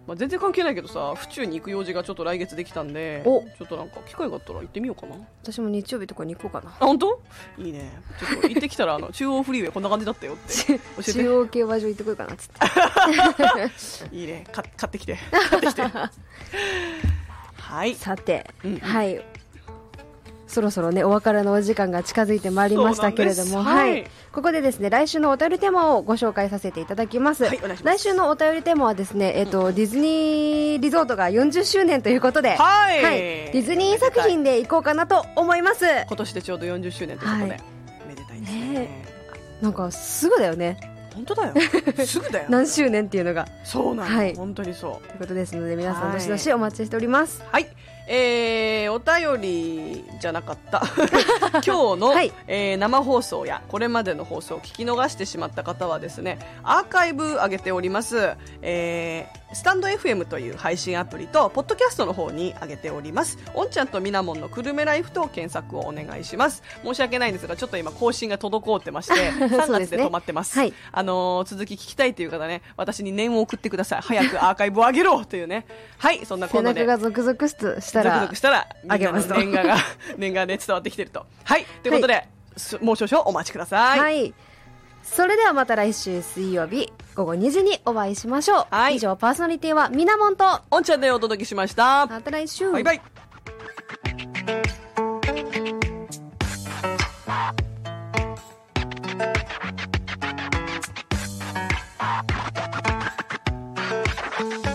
Speaker 1: まあ、全然関係ないけどさ府中に行く用事がちょっと来月できたんで
Speaker 2: お
Speaker 1: ちょっとなんか機会があったら行ってみようかな
Speaker 2: 私も日曜日とかに行こうかな。
Speaker 1: あ本当いいねちょっと行ってきたらあの中央フリーウェイこんな感じだったよって教え
Speaker 2: 中央競馬場行ってこようかなっつって。
Speaker 1: ていいねか買ってきて買ってきてはい
Speaker 2: さて、
Speaker 1: うん
Speaker 2: はい。そろそろね、お別れのお時間が近づいてまいりましたけれど
Speaker 1: そ
Speaker 2: も、
Speaker 1: うなん
Speaker 2: は
Speaker 1: です
Speaker 2: い、
Speaker 1: はい
Speaker 2: ここでですね、来週のお便りテーマをご紹介させていただきます。
Speaker 1: はいお願いしま
Speaker 2: 来
Speaker 1: す
Speaker 2: 週のお便りテーマはですね、えっ、と、ディズニーリゾートが40周年ということで、
Speaker 1: はい
Speaker 2: ディズニー作品で行こうかなと思います。
Speaker 1: 今年でちょうど40周年ということで、
Speaker 2: はい
Speaker 1: めでたいですね
Speaker 2: ねなんか、すぐだよね。
Speaker 1: 本当だよすぐだ よ
Speaker 2: 何周年っていうのが。
Speaker 1: そうなの、
Speaker 2: はい
Speaker 1: 本当にそう
Speaker 2: ということですので、皆さん、
Speaker 1: はい
Speaker 2: どしどしお待ちしております。
Speaker 1: はいえー、お便りじゃなかった 今日の、
Speaker 2: はい
Speaker 1: えー生放送やこれまでの放送を聞き逃してしまった方はですねアーカイブ上げております、えースタンド FM という配信アプリとポッドキャストの方に上げておりますおんちゃんとみなもんのくるめライフと検索をお願いします申し訳ないんですがちょっと今更新が滞ってまして 3
Speaker 2: そう
Speaker 1: 月
Speaker 2: です
Speaker 1: で
Speaker 2: ね
Speaker 1: 止まってます
Speaker 2: はい
Speaker 1: あのー続き聞きたいという方ね私に念を送ってください早くアーカイブを上げろというねはいそんなこ
Speaker 2: 背
Speaker 1: んなで
Speaker 2: 中がゾクゾクとした
Speaker 1: ゾク
Speaker 2: ら
Speaker 1: ゾク、したら
Speaker 2: あげますと
Speaker 1: みんなの念願が 念願で伝わってきてるとはいということで、すもう少々お待ちください、
Speaker 2: はい。それではまた来週水曜日午後2時にお会いしましょう。
Speaker 1: はい
Speaker 2: 以上パーソナリティはみなもんと。ま
Speaker 1: おんちゃんでお届けしました
Speaker 2: た来週。
Speaker 1: バイバイした。